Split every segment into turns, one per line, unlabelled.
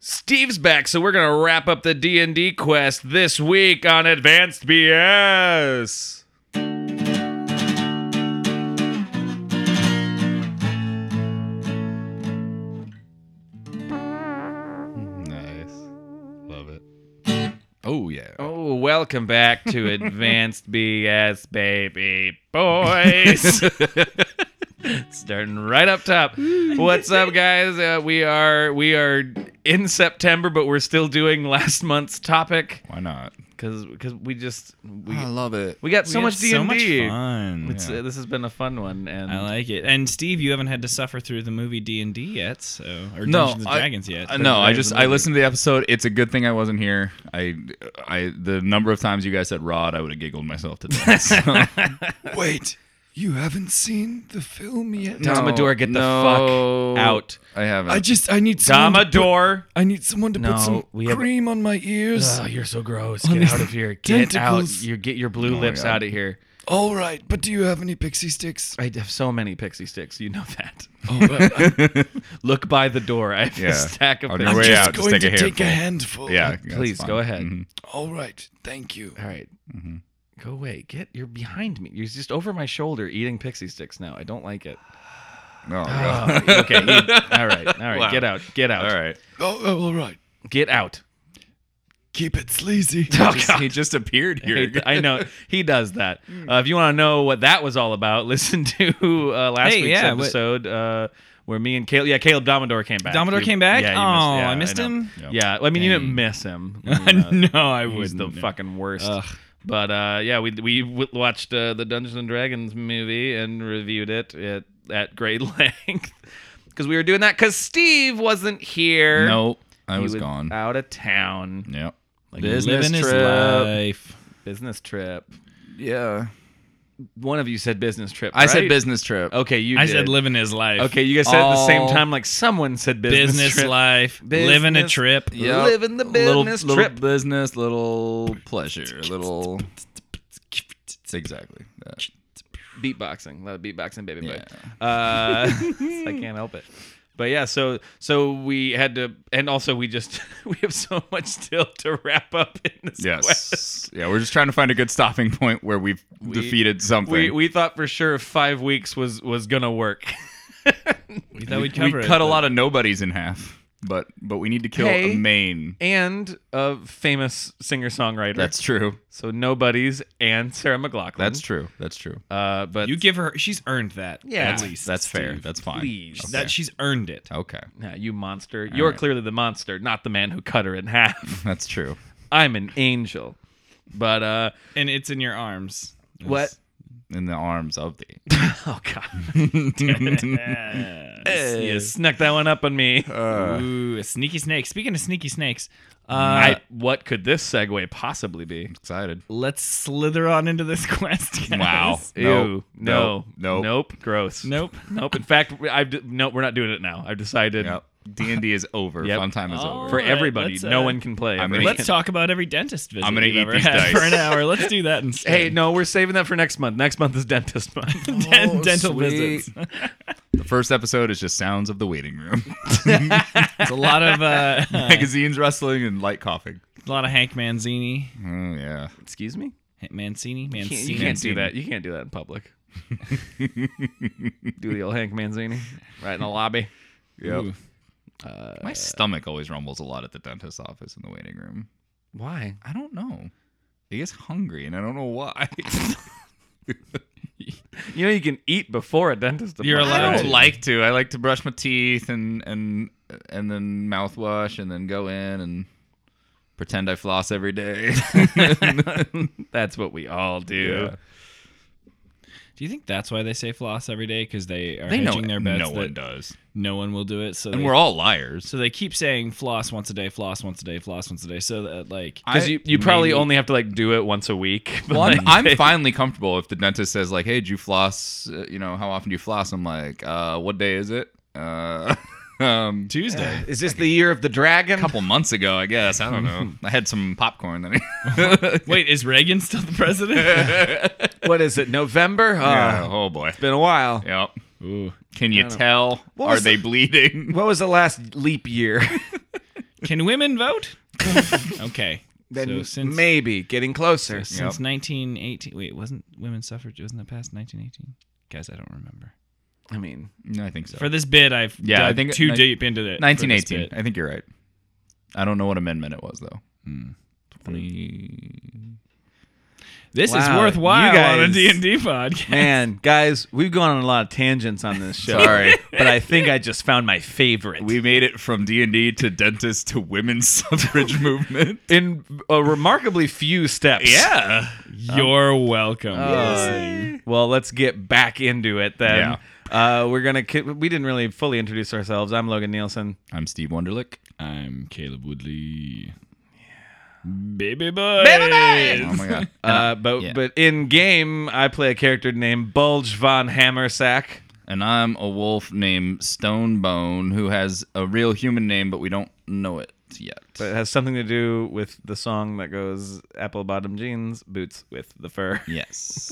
Steve's back, so we're gonna wrap up the D and D quest this week on Advanced BS.
Nice. Love it. Oh, yeah.
Oh, welcome back to Advanced BS, baby boys. Starting right up top. What's up, guys? Uh, we are we are in September, but we're still doing last month's topic
Why not?
because we just we,
I love it.
we got so
We had
much D
So
and
much
D.
fun.
It's uh, this has been a fun one, and
I like it. And Steve, you haven't had to suffer through the movie D and D yet, so or
No,
Dungeons and
I-
Dragons yet.
Uh, no, I
there's
just
the
I
movie.
listened to the episode. It's a good thing I wasn't here. I I the number of times you guys said Rod, I would have giggled myself to death. Wait, you haven't seen the film yet?
Domador, get the fuck out.
I haven't.
just I need
Domador.
I need someone to
put No, some we have- cream
on my ears.
Oh, you're so gross. Get out of here. Get
tentacles.
out. You get your
Oh
blue lips out of here.
All right, but do you have any pixie sticks?
I have so many pixie sticks. You know that.
Oh, well,
Look by the door. I have
Yeah.
a stack of
On
pixie
your way
sticks.
out, just take a handful.
handful.
yeah, that's
Please,
fine.
go ahead.
Mhm.
All right, thank you.
All right.
Mm-hmm.
Go away. Get you're behind me. You're just over my shoulder eating pixie sticks now. I don't like it.
Oh, God.
okay. you- all right. All right.
Wow.
Get out. Get out.
All right.
Oh, oh, all right.
Get out.
Keep it sleazy.
Oh,
Just-
God.
he just appeared
I
here.
hate that. I know he does that. Uh, if you want to know what that was all about, listen to uh, last
Hey,
week's
yeah, what-
episode uh, where me and Caleb, yeah, Caleb Domador came back.
Domador
You-
came back?
Yeah, you
Oh,
yeah,
I missed
know.
him?
Yeah, well, I mean, you didn't miss him. I mean, uh,
no, I
he's
was
the fucking worst.
Ugh.
But uh, yeah, we we w- watched uh, the Dungeons and Dragons movie and reviewed it at, at great length because we were doing that because Steve wasn't here.
Nope, I
He
was gone.
out of town.
Yep.
like
business
living his
trip.
life.
Business trip.
Yeah.
One of you said business trip.
I said
right?
business trip.
Okay, you.
I
did.
said living his life.
Okay, you guys said at the same
All
time, like someone said business.
business,
trip.
life, living a
Business-
trip.
Yep.
Living the
Little-
business
little,
trip.
business, little pleasure, little. It's exactly that.
beatboxing, a lot of beatboxing, baby. boy.
Yeah.
Uh, I can't help it. But yeah, so so we had to, and also we just we have so much still to wrap up in this. quest.
Yes. Yeah, we're just trying to find a good stopping point where we've defeated something.
we we thought for sure five weeks was was gonna work.
We thought
We
we'd cover it.
cut a
but-
lot of nobodies in half, but but we need to kill
Hey.
a main.
And a famous singer songwriter.
That's true.
so nobody's and Sarah McLaughlin.
That's true. That's true.
Uh, but
You give her. She's earned that.
Yeah.
at least
That's fair.
Steve.
That's fine.
please.
Okay.
That she's earned it.
okay.
Nah, you monster. You're
right.
clearly the monster, not the man who cut her in half.
That's true.
I'm an angel. But uh
and it's in your arms.
What?
In the arms of the.
oh god. you snuck that one up on me.
Ooh, a sneaky snake. Speaking of sneaky snakes, uh,
I, what could this segue possibly be?
Excited.
let's slither on into this quest. guys.
Wow.
Ew.
Nope.
No.
Nope. Nope.
Nope. Gross.
Nope.
Nope. In fact, we- I've d- no, we're not doing it now. I've decided
Yep. D and D is over.
Yep.
Fun time is
Oh.
over.
for
All right,
everybody,
let's,
no
uh,
one can play.
I'm
ever
gonna
again.
Let's talk about every dentist visit.
I'm gonna
you've
eat
ever
these
had
dice.
for an hour. Let's do that instead.
Hey, no, we're saving that for next month. Next month is dentist month.
Den-
Oh,
dental
sweet.
visits.
The first episode is just sounds of the waiting room,
It's a lot of uh, a
magazines, wrestling, and light coughing.
lot of Hank Manzini.
Oh yeah.
Excuse me.
Mancini,
You
Mancini.
can't, you can't do that. You can't do that in public. do the old Hank Manzini right in the lobby.
Yep. Uh, My stomach always rumbles a lot at the dentist's office in the waiting room.
Why?
I don't know. It gets hungry, and I don't know why.
You know you can eat before a dentist.
You're
appointment,
allowed
I
right?
don't like to. I like to brush my teeth and and and then mouthwash, and then go in and pretend I floss every day.
That's what we all do.
Yeah.
Do you think that's why they say floss every day? Because they are
they know
hedging their bets
no one
that
does,
no one will do it. So
and
they,
we're all liars.
so they keep saying floss once a day, floss once a day, floss once a day. So that like
Because
I-
you, you probably
maybe-
only have to like do it once a week. but,
Well, I'm,
like,
I'm finally comfortable if the dentist says like, "Hey, do you floss? Uh, you know, how often do you floss?" I'm like, uh, "What day is it?" Uh, um,
Tuesday.
Is this the year of the dragon?
a couple months ago, I guess. I don't know. I had some popcorn. Then
Wait, is Reagan still the president?
What is it? November? Oh,
Yeah, oh boy.
It's been a while.
Yep.
Ooh.
Can you tell?
What
Are
was
they bleeding?
What was the last leap year?
Can women vote? okay.
Then
so since
maybe getting closer.
since 1918, wait, wasn't women's suffrage? Wasn't that past 1918? Guys, I don't remember.
I mean,
No, I think so.
For this bit, I've
Yeah, I
dug
think
too
ni-
deep into it. for this
1918.
bit.
I think you're right. I don't know what amendment it was though.
This is
Wow,
worthwhile
you
on a
guys-
D and D podcast.
Man, guys, we've gone on a lot of tangents on this show.
Sorry.
but I think I just found my favorite.
We made it from D and D to dentist to women's suffrage movement.
in a remarkably few steps.
Yeah.
You're welcome.
Uh, well, let's get back into it then. Uh, we're gonna. ki- We didn't really fully introduce ourselves. I'm Logan Nielsen.
I'm Steve Wunderlich.
I'm Caleb Woodley. Baby boy.
Oh my god.
Uh, but
yeah.
but in game, I play a character named Bulge von Hammersack.
And I'm a wolf named Stonebone who has a real human name, but we don't know it yet.
But it has something to do with the song that goes "Apple bottom jeans, boots with the fur."
yes.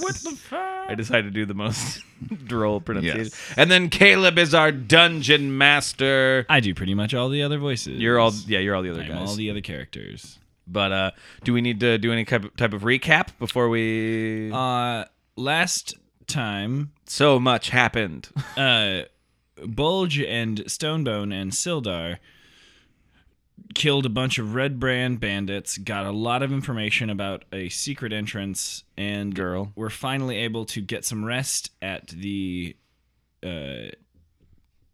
I decided to do the most droll pronunciation. And then Caleb is our dungeon master.
I do pretty much all the other voices.
You're all yeah, you're all the other
I'm
guys.
all the other characters.
but uh, do we need to do any type of, type of recap before we?
Uh, last time,
so much happened.
uh, Bulge and Stonebone and Sildar killed a bunch of Red Brand bandits, got a lot of information about a secret entrance, and
Girl.
were finally able to get some rest at the uh,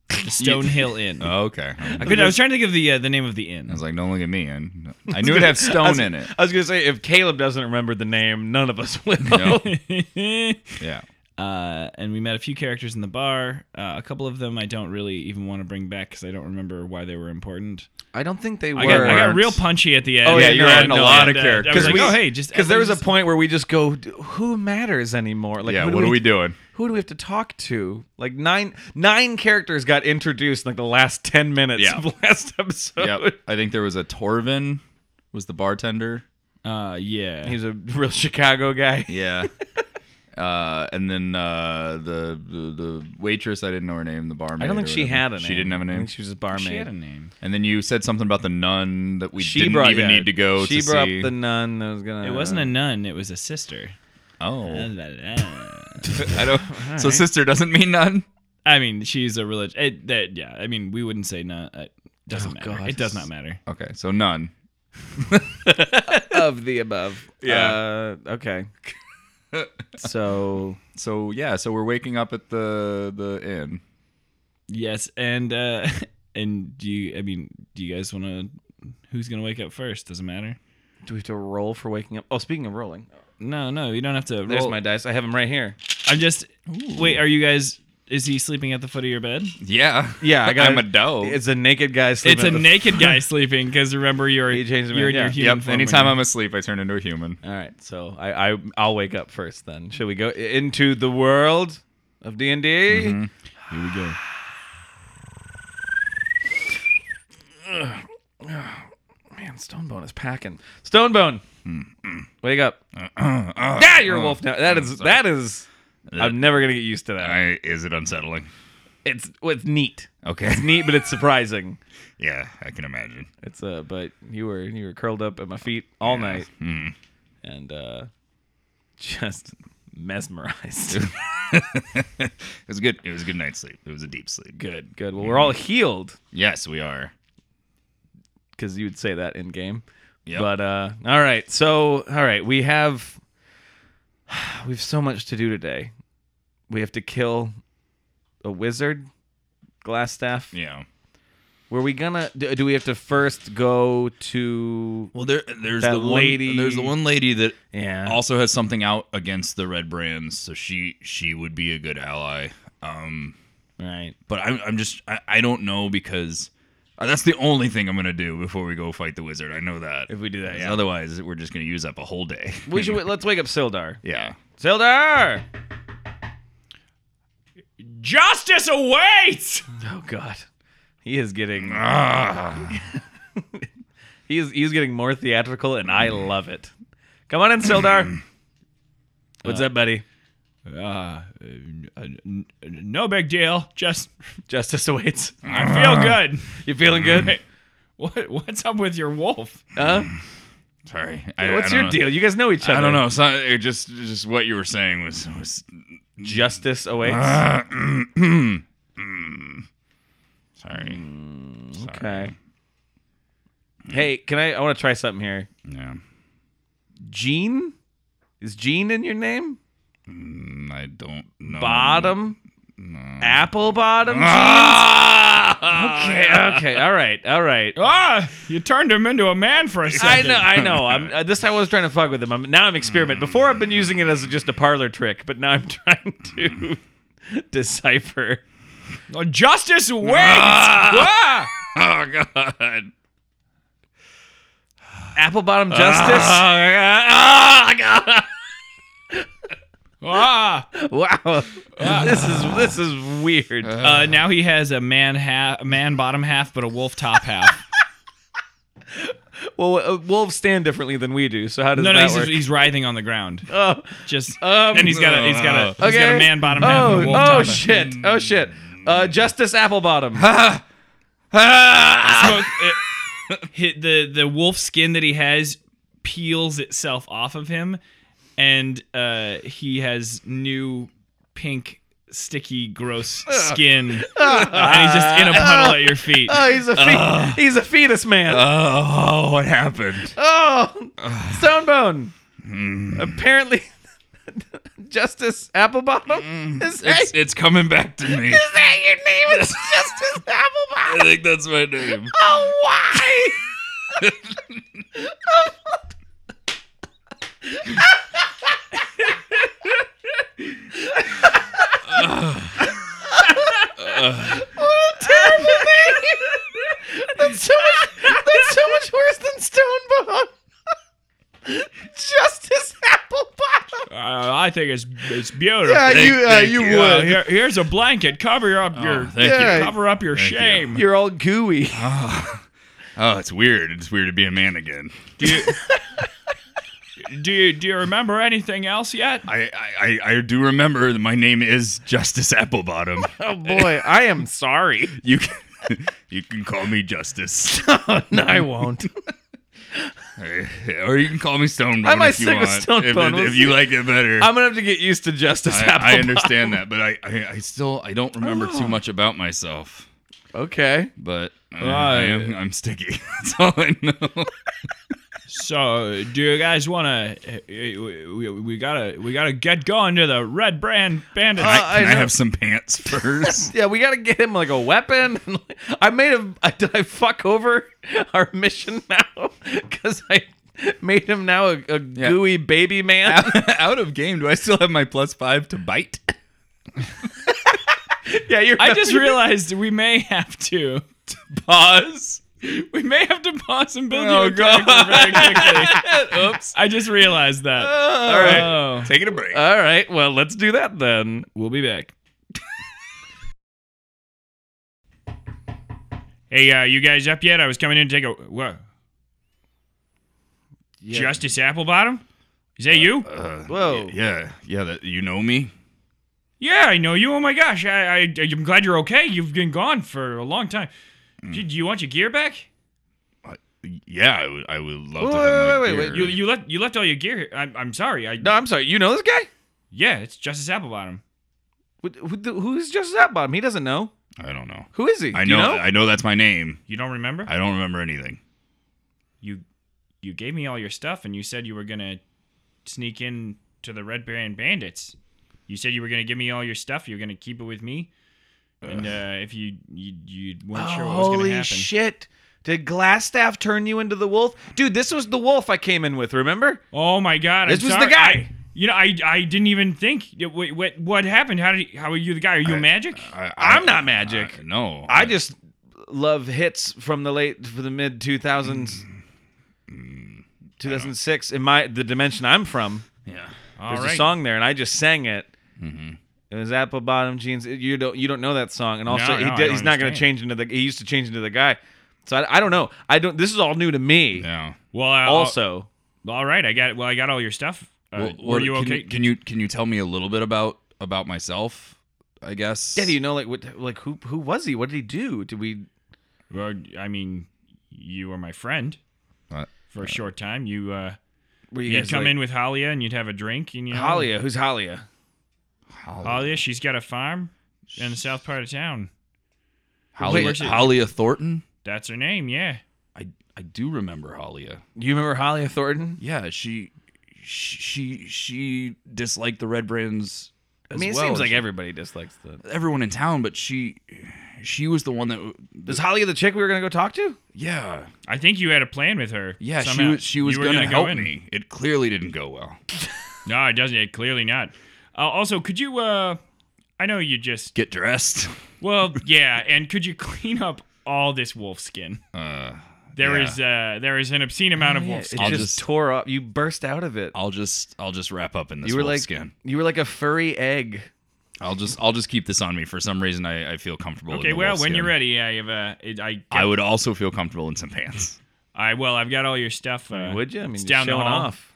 the Stone Hill Inn.
Oh, okay. I
Good, I was trying to give the uh, the name of the inn.
was like, don't look at me. And I knew it had stone in it.
I was gonna say if Caleb doesn't remember the name, none of us will.
No. Yeah.
uh, and we met a few characters in the bar. Uh, a couple of them I don't really even want to bring back because I don't remember why they were important.
I don't think they were.
I got, I got real punchy at the end.
Oh, yeah, you're
and,
adding a
uh,
lot of
and, uh,
characters.
I
'Cause
was like,
we-
oh hey, just
because there was a
everything's-
point where we just go, "D- who matters anymore? Like,
yeah.
who
What,
do
are we doing?
Who do we have to talk to? Like nine nine characters got introduced in like the last ten minutes
Yeah.
of last episode.
Yep. I think there was a Torvin, was the bartender.
Uh, yeah.
He's a real Chicago guy.
Yeah. Uh, and then uh, the, the the waitress, I didn't know her name, the barmaid.
I don't think
or
she
whatever.
had a name.
She didn't have a
I
name.
think she was a barmaid.
She had a name.
And then you said something about the nun that we
She
didn't
brought-
even
yeah,
need to go
She
to
brought
see.
up the nun that was gonna.
It wasn't a nun. It was a sister. uh,
oh,
I
I don't. So sister doesn't mean nun.
mean, she's a religion. It, that yeah. I mean, we wouldn't say nun. uh, It doesn't matter.
God.
It does not matter.
Okay, so none.
of the above.
Yeah.
Uh, okay. so
So yeah, so we're waking up at the the inn.
Yes, and uh and do you I mean, do you guys want to who's going to wake up first? Doesn't matter.
do we have to roll for waking up? Oh, speaking of rolling,
No, no, you don't have to roll.
there's my dice. I have them right here.
I'm just Wait, are you guys is he sleeping at the foot of your bed?
Yeah,
Yeah, I got
I'm a doe.
It's a naked guy.
It's
sleeping
a
at the-
naked guy sleeping cuz remember you're
He changed him
you're
in,
in
yeah.
your human
yep.
form
Anytime
right
I'm asleep, I turn into a human.
All right, so I, I I'll wake up first. Then should we go into the world of D and D?
now. Here we go.
Man, Stonebone is packing. Stonebone, wake up! yeah, you're a wolf now. That is that is. I'm never gonna get used to that.
I, is it unsettling?
It's well, it's neat.
Okay.
It's neat, but it's surprising.
Yeah, I can imagine.
It's uh, but you were you were curled up at my feet all night, and uh, just mesmerized.
it was good. It was a good night's sleep. It was a deep sleep.
good, good. Well, we're all healed
Yes, we are.
because you would say that in game.
Yep.
But uh all right. So all right, we have we've so much to do today. We have to kill a wizard glass staff.
yeah.
Were we gonna do, do we have to first go to
Well, there, there's
That
the one,
lady-
There's the one lady Uh. that
Yeah.
also has something out against the red brands, so she she would be a good ally. Um,
right.
but I'm I'm just I, I don't know because uh, that's the only thing I'm gonna do before we go fight the wizard. I know that.
If we do that,
Because
yeah.
Otherwise, we're just gonna use up a whole day.
We should let's wake up Sildar.
yeah.
Sildar!
Justice awaits.
Oh god. He is getting
Ah.
he is he's getting more theatrical and I love it. Come on in, Sildar. What's up, buddy?
Uh, n- n- no big deal. Just
Justice awaits.
I feel good.
You Uh-huh. feeling good?
What what's up with your wolf?
Huh?
Sorry. I,
What's
I don't
your
know.
deal? You guys know each other.
I don't know. So, it just just what you were saying was was.
Justice awaits.
Uh, mm, mm, mm. Sorry.
Mm. okay.
Sorry.
Hey, can I? I want to try something here.
Yeah.
Gene? Is Gene in your name?
Mm, I don't know.
Bottom?
No.
Apple bottom?
Ah!
okay, okay, all right, all right.
Ah, you turned him into a man for a
I
second.
know, I know. I'm, uh, this time I was trying to fuck with him. I'm, now I'm
Hmm.
experiment. Before I've been using it as just a parlor trick, but now I'm trying to decipher.
know. Justice waits. Ah!
Oh God.
Apple bottom justice.
Ah!
wow, this is this is weird.
Uh, now he has a man half, man bottom half, but a wolf top half.
well, uh, wolves stand differently than we do, so how does
no, no,
that
he's,
work?
he's writhing on the ground.
oh,
Just
Um,
and he's got a he's got a he's got a
okay.
man bottom half and a
oh,
wolf
oh
top. half.
shit! Oh shit! Uh, justice apple bottom.
Smoke- it- hit the the wolf skin that he has peels itself off of him, and uh, he has new pink, sticky, gross skin, and he's just in a puddle at your feet. Uh,
Oh, he's a fe-
Ah.
he's a fetus man.
Oh, what happened?
Oh, Stonebone. Apparently, Justice Applebottom is that,
It's it's coming back to me.
is that your name? It's Justice
I
Applebottom.
think that's my name.
Oh, why? what a terrible name! That's so much. That's so much worse than Stonebone. Justice Applebottom.
Uh, I think it's it's beautiful.
Yeah, you, uh,
thank
you
you.
Uh,
would.
here, here's a blanket. Cover up your
Oh, thank
Yeah.
you.
cover up your
Thank you.
shame.
You're all gooey.
Oh, it's weird. It's weird to be a man again.
Do you, do you do you remember anything else yet?
I I, I, I do remember that my name is Justice Applebottom.
Oh boy, I am sorry.
You can you can call me Justice,
no, I won't.
or you can call me Stonebone
I might
if you
stick with
want.
Stonebone.
if,
We'll
if you
see.
like it better,
I'm gonna have to get used to Justice
I, I
Apple.
understand that, but I, I I still I don't remember too much about myself.
okay.
But uh, I
Right.
am, I'm sticky. That's all I know.
So, do you guys want to? We, we gotta we gotta get going to the Red Brand Bandits.
Uh,
I, can
I
I,
know.
have some pants first?
Yeah, we gotta get him like a weapon. I made him. I, did I fuck over our mission now? Because I made him now a, a gooey baby man.
Out of game. Do I still have my plus five to bite?
yeah, you're.
I just realized we may have to pause. We may have to pause and build oh, you a character very quickly. Oops! I just realized that.
all right.
Oh.
Taking a break.
All right. Well, let's do that then.
We'll be back. hey, uh, you guys up yet? I was coming in to take a what? Justice Applebottom? Is that you?
Uh,
Whoa.
Yeah, yeah. That, you know me.
Yeah, I know you. Oh my gosh, I, I I'm glad you're okay. You've been gone for a long time. Do, do you want your gear back?
Yeah, I would. I would love
Wait,
to.
wait,
Have my
wait, wait,
beer.
You you left you left all your gear. Here. I'm I'm sorry. I
No, I'm sorry. You know this guy?
yeah, it's Justice Applebottom.
Who- who- Who's Justice Applebottom? He doesn't know.
I don't know.
Who is he?
I
Do
know,
You know?
I know that's my name.
You don't remember?
I don't remember anything.
you you gave me all your stuff and you said you were gonna sneak in to the Red Baron Bandits. You said you were gonna give me all your stuff. You were gonna keep it with me. And uh, if you you you weren't sure what was gonna
Holy
happen.
shit. Did Glassstaff turn you into the wolf? Dude, this was the wolf I came in with, remember?
Oh my god!
This
I'm
was the
sorry.
guy.
I- you know, I I didn't even think. What what, what happened? How did? How are you the guy? Are you magic?
I,
I'm not magic.
I- no,
I just love hits from the late for the mid 2000s.
Mm.
2006 in my the dimension I'm from.
yeah.
all
There's
right.
a song there and I just sang it.
Mm-hmm.
It was apple bottom jeans. It- You don't you don't know that song and also
No,
he
no, I
did,
don't
he's not going to
understand.
change into the he used to change into the guy. So I, I don't know. I don't this is all new to me.
No.
Well, I,
Also,
all right. I got. Well, I got all your stuff. Uh,
Well,
were
well,
you
can
okay?
Can you can you tell me a little bit about about myself? I guess.
yeah, do you know like what like who who was he? What did he do? Did we
Well, I mean, you were my friend
Uh,
for a short time. You uh,
Were
you would
guys
come
like-
in with Halia and you'd have a drink and you know,
Halia, who's Halia?
Halia, she's got a farm in the south part of town.
Holly,
Wait.
Holly Thornton.
That's her name, yeah.
I I do remember Holly.
Do you remember Halia Thornton?
Yeah, she she she disliked the Red Brands.
I
as
mean, it
well.
seems like
She-
everybody dislikes the.
everyone in town, but she she was the one that
Is Halia the chick we were gonna go talk to?
yeah
I think you had a plan with her.
yeah she
somehow.
was she was
You were
gonna,
go
help
in.
me. It clearly didn't go well.
No, it doesn't. It clearly not. Uh, also, could you? uh I know you just.
Get dressed.
Well, yeah, and could you clean up all this wolf skin?
Uh,
There
yeah. Oh,
is uh there is an obscene amount of wolf
It
skin.
I'll
just,
just-
tore up. You burst out of it.
I'll just I'll just wrap up in this
You were like
skin.
you were like a furry egg.
I'll just I'll just keep this on me. For some reason, I, I feel comfortable. in
Okay,
the
well,
wolf
when you're
skin.
ready, I have uh, it- I,
I would also feel comfortable in some pants.
I well, I've got all your stuff. Uh,
Would you? I mean,
it's
you're
down the
showing
hall.
off.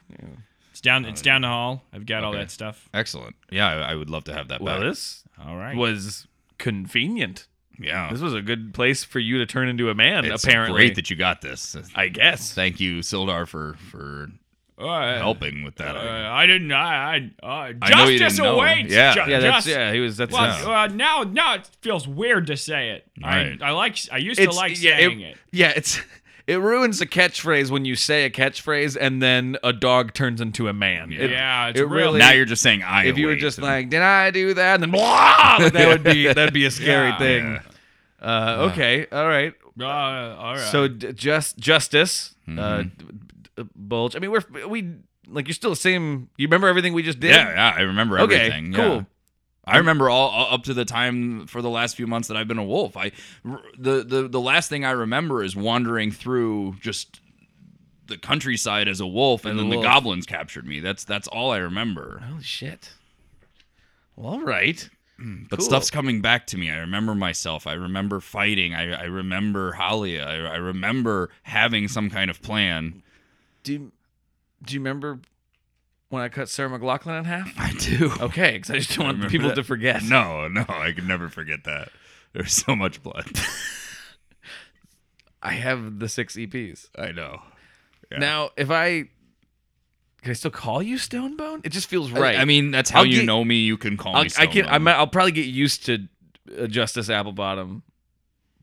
It's down. It's down the hall. I've got all
Oh, Okay.
that stuff.
Excellent. Yeah, I, I would love to have that
Well,
back.
this
All right.
was convenient.
yeah,
This was a good place for you to turn into a man.
it's
apparently,
great that you got this.
I guess.
Thank you, Sildar, for for
Uh,
helping with that.
Uh, I didn't. I. I uh,
I know you
justice
didn't know.
awaits.
Yeah.
ju-
Yeah, that's
just-
yeah. He was that's
Well,
yeah.
uh, now, now it feels weird to say it.
Right.
I, I like. I used to like
yeah,
saying it.
Yeah, it's it ruins a catchphrase when you say a catchphrase and then a dog turns into a man. It-
yeah, it's
it
real.
really-
now you're just saying I.
if you were
await
just
and-
like, did I do that? And then blah, like, that would be that'd be a scary
Yeah.
thing.
Yeah.
Uh, okay, all right.
Uh, all right.
So d- just justice, uh,
Mm-hmm.
d- d- bulge. I mean, we're we like you're still the same. You remember everything we just did?
yeah, yeah, I remember
Okay,
everything. yeah.
cool.
I remember all, all up to the time for the last few months that I've been a wolf. I r- the the the last thing I remember is wandering through just the countryside as a wolf, and
a
then
wolf.
the goblins captured me. That's that's all I remember.
Holy shit. Well, all right.
But stuff's coming back to me. I remember myself. I remember fighting. I, I remember Halia. I, I remember having some kind of plan.
Do you, do you remember when I cut Sarah McLaughlin in half?
I do.
Okay, because I just don't want
remember
people
that.
to forget.
No, no, I could never forget that. There's so much blood.
I have the six EPs.
I know. Yeah.
Now, if I can, I still call you Stonebone. It just feels right.
Right. I, mean, that's how
I'll
you
get-
know me. You can call
I'll,
me.
I can.
Stonebone.
I'm, I'll probably get used to uh, Justice Applebottom,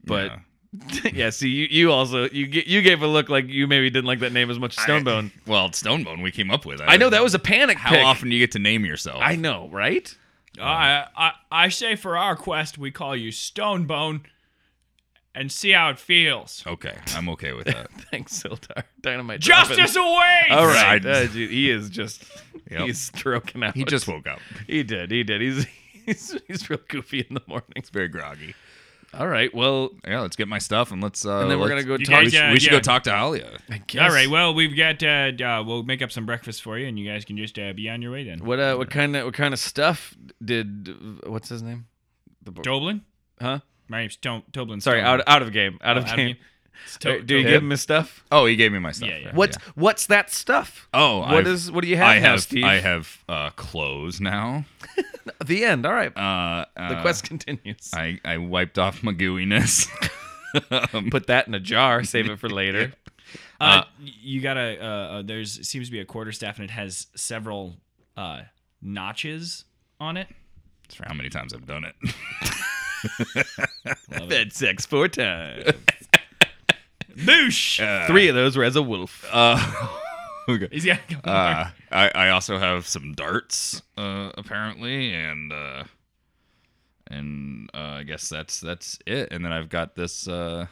but yeah. see, you, you also you ge- you gave a look like you maybe didn't like that name as much as Stonebone.
well, it's Stonebone we came up with.
I, know that was a panic
How
pick.
often do you get to name yourself?
I know, right?
I, I, I say for our quest, we call you Stonebone, and see how it feels.
Oh,
okay, I'm okay with that.
Thanks, Sildar. Dynamite.
Justice
dropping.
awaits.
All right.
Right.
Uh, dude, he is just.
Yep.
He's stroking out.
he just woke up.
He did. He did. He's he's he's real goofy in the morning.
It's very groggy.
All right. Well,
Yeah, let's get my stuff and let's. Uh,
and then we're gonna
let's-
go
You
talk.
We,
guys,
should-
uh,
we should
yeah.
go talk to Alia.
I guess.
All right. Well, we've got. Uh, uh, we'll make up some breakfast for you, and you guys can just uh, be on your way then.
What uh, what kind of what kind of stuff did what's his name? The bo-
Doblin.
huh?
My name's Tom- Toblin.
Sorry,
Stonebone.
out out of game, out of
Out of
game.
game. It's To-
Uh, Do you
Toblin.
give him his stuff?
Oh, he gave me my stuff.
Yeah, yeah.
Right,
What's what's that stuff?
Oh,
What
I've-
is- what do you have
I
now,
have
Steve?
I have uh, clothes now.
The end. All right.
Uh,
the
uh,
quest continues.
I, I wiped off my gooiness. um,
Put that in a jar. Save it for later.
Uh, y- you gotta. Uh, uh, there's seems to be a quarter staff, and it has several uh, notches on it.
that's for how many times I've done it.
Bed sex four times.
Boosh!
Three of those were as a wolf.
Uh, okay.
He's got a couple more.
Uh, I, I also have some darts, uh, apparently, and uh, and uh, I guess that's that's it. And then I've got this. Uh,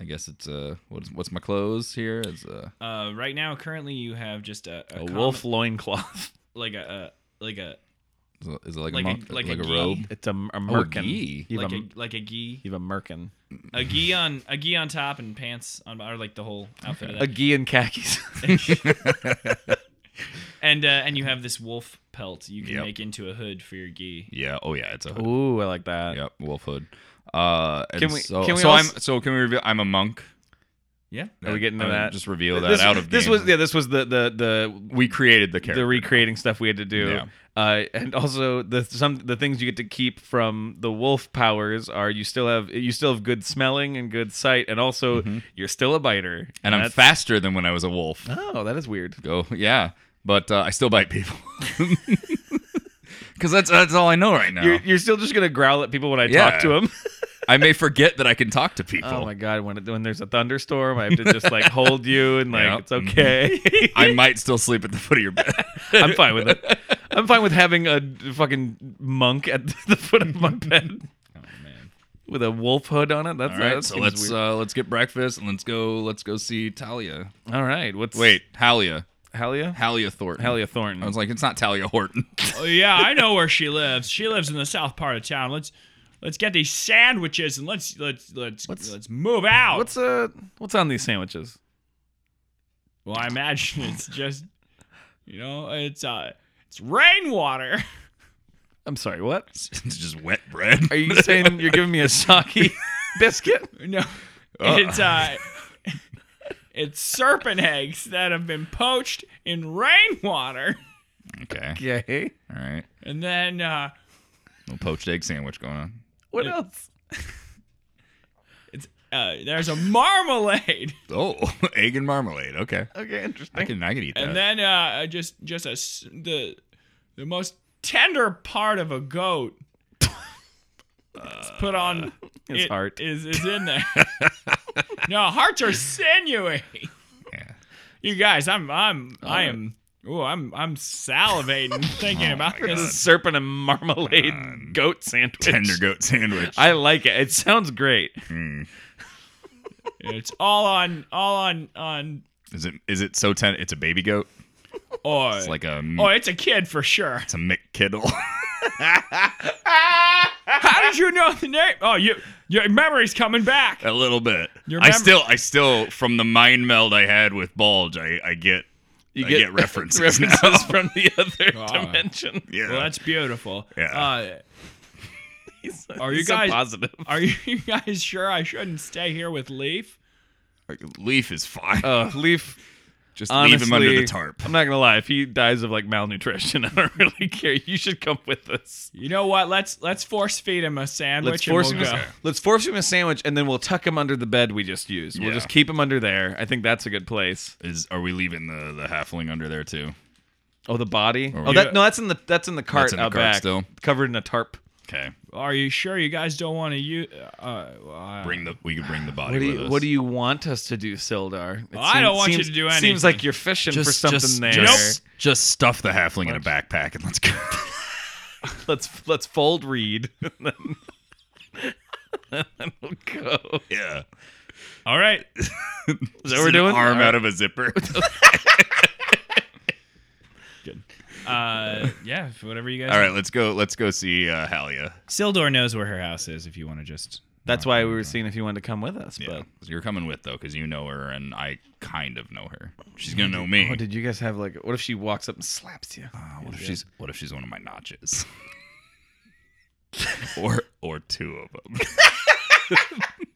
I guess it's uh, what's what's my clothes here? It's uh,
Uh, right now, currently, you have just a,
a
common-
wolf loincloth.
like a, a like a
is it- is it like,
Like
a,
a-
monk,
like a
like a
gi?
robe?
It's Oh, a, a merkin.
gi.
you, have
like
a,
a like a gi,
you have a merkin.
a gi on a gi on top and pants on, or like the whole outfit.
A
Of that.
gi and khakis.
And uh, and you have this wolf pelt you can
Yep.
make into a hood for your gi.
Yeah. Oh yeah, it's a hood.
Ooh, I like that.
Yep, wolf hood. Uh, and
Can we-
so,
can we
so
also-
I'm so can we reveal I'm a monk. Yeah.
Are we getting to
I mean,
that?
Just reveal that
this,
out of
this
game.
was yeah this was the the the
we created the character.
the recreating stuff we had to do.
Yeah.
Uh, and also the some the things you get to keep from the wolf powers are you still have you still have good smelling and good sight, and also
Mm-hmm.
you're still a biter.
and I'm
that's-
faster than when I was a wolf.
Oh, that is weird.
Go, yeah, but uh, I still bite people. Because that's that's all I know right now.
You're, you're still just gonna growl at people when I
Oh. Yeah.
talk to them.
I may forget that I can talk to people.
Oh my god, when it, when there's a thunderstorm, I have to just like hold you and like
Yeah. Mm-hmm.
it's okay.
I might still sleep at the foot of your bed.
I'm fine with it. I'm fine with having a fucking monk at the foot of my bed with a wolf hood on it. That's
Oh, all right,
that
so
seems
let's
weird.
uh, let's get breakfast and let's go let's go see Talia.
All right, what's
uh, Wait, Halia,
Halia?
Halia Thornton.
Halia Thornton.
I was like, it's not Talia Horton.
Oh yeah, I know where she lives. She lives in the south part of town. Let's let's get these sandwiches and let's let's let's let's, move out.
what's uh what's on these sandwiches?
well, I imagine it's just you know it's uh it's rainwater.
I'm sorry, what?
it's just wet bread.
Are you saying you're giving me a sake biscuit?
No, it's uh it's serpent eggs that have been poached in rainwater,
okay.
Okay.
All right.
and then uh
Little poached egg sandwich going on.
What else?
it's uh there's a marmalade.
Oh, egg and marmalade. Okay.
Okay,
I
interesting.
can I can eat that.
and then uh, just just a s the the most tender part of a goat is put on
His
it
heart.
is is in there. no, hearts are sinewy.
Yeah.
You guys, I'm I'm I am. Oh, I'm I'm salivating thinking
Oh
about
This
this.
is serpent and marmalade goat sandwich.
Tender goat sandwich.
I like it. It sounds great.
It's all on all on on.
Is it is it so ten? It's a baby goat.
Oh,
It's like a
oh, it's a kid for sure.
it's a McKiddle.
How did you know the name? Oh, you your memory's coming back.
Uh,
a little bit.
Your
I
mem-
still I still from the mind meld I had with Bulge. I I get
You
I
get-
get references,
References
now.
from the other
Wow.
dimension.
Yeah.
Well, that's beautiful.
Yeah.
Uh,
He's-
Are you
he's so
guys-
positive?
Are you guys sure I shouldn't stay here with Leaf?
Leaf is fine.
Uh, Leaf.
Just
Honestly,
leave him under the tarp.
I'm not gonna lie. If he dies of like malnutrition, I don't really care. You should come with us.
You know what? Let's let's force feed him a sandwich
Let's
and
force
we'll
him.
go.
A, let's force him a sandwich, and then we'll tuck him under the bed we just used. We'll
Yeah.
just keep him under there. I think that's a good place.
Is are we leaving the the halfling under there too?
Oh, the body.
Or
Oh,
we-
that no, that's in the that's in the cart
That's in the
out
cart
back,
still.
covered in a tarp.
Okay.
Are you sure you guys don't want to use? Uh, well, I-
Bring the we could bring the body
What do
with
you
us.
What do you want us to do, Sildar? It
Well, I don't want you to do
Seems like you're fishing for something there.
Just, just stuff the halfling in a backpack and let's go.
Let's let's fold read. and then- and we'll go.
yeah.
All right.
Is that what we're doing?
Arm
All right.
out of a zipper.
Uh, yeah. if- Whatever you guys.
All right, let's go. Let's go see uh, Halia.
Sildor knows where her house is. If you want to just.
That's why we were seeing if you wanted to come with us.
Yeah, you're coming with though, because you know her and I kind of know her. She's gonna know me.
But what did you guys have like? What if she walks up and slaps you?
Uh, what if she's what if she's one of my notches? or or two of them.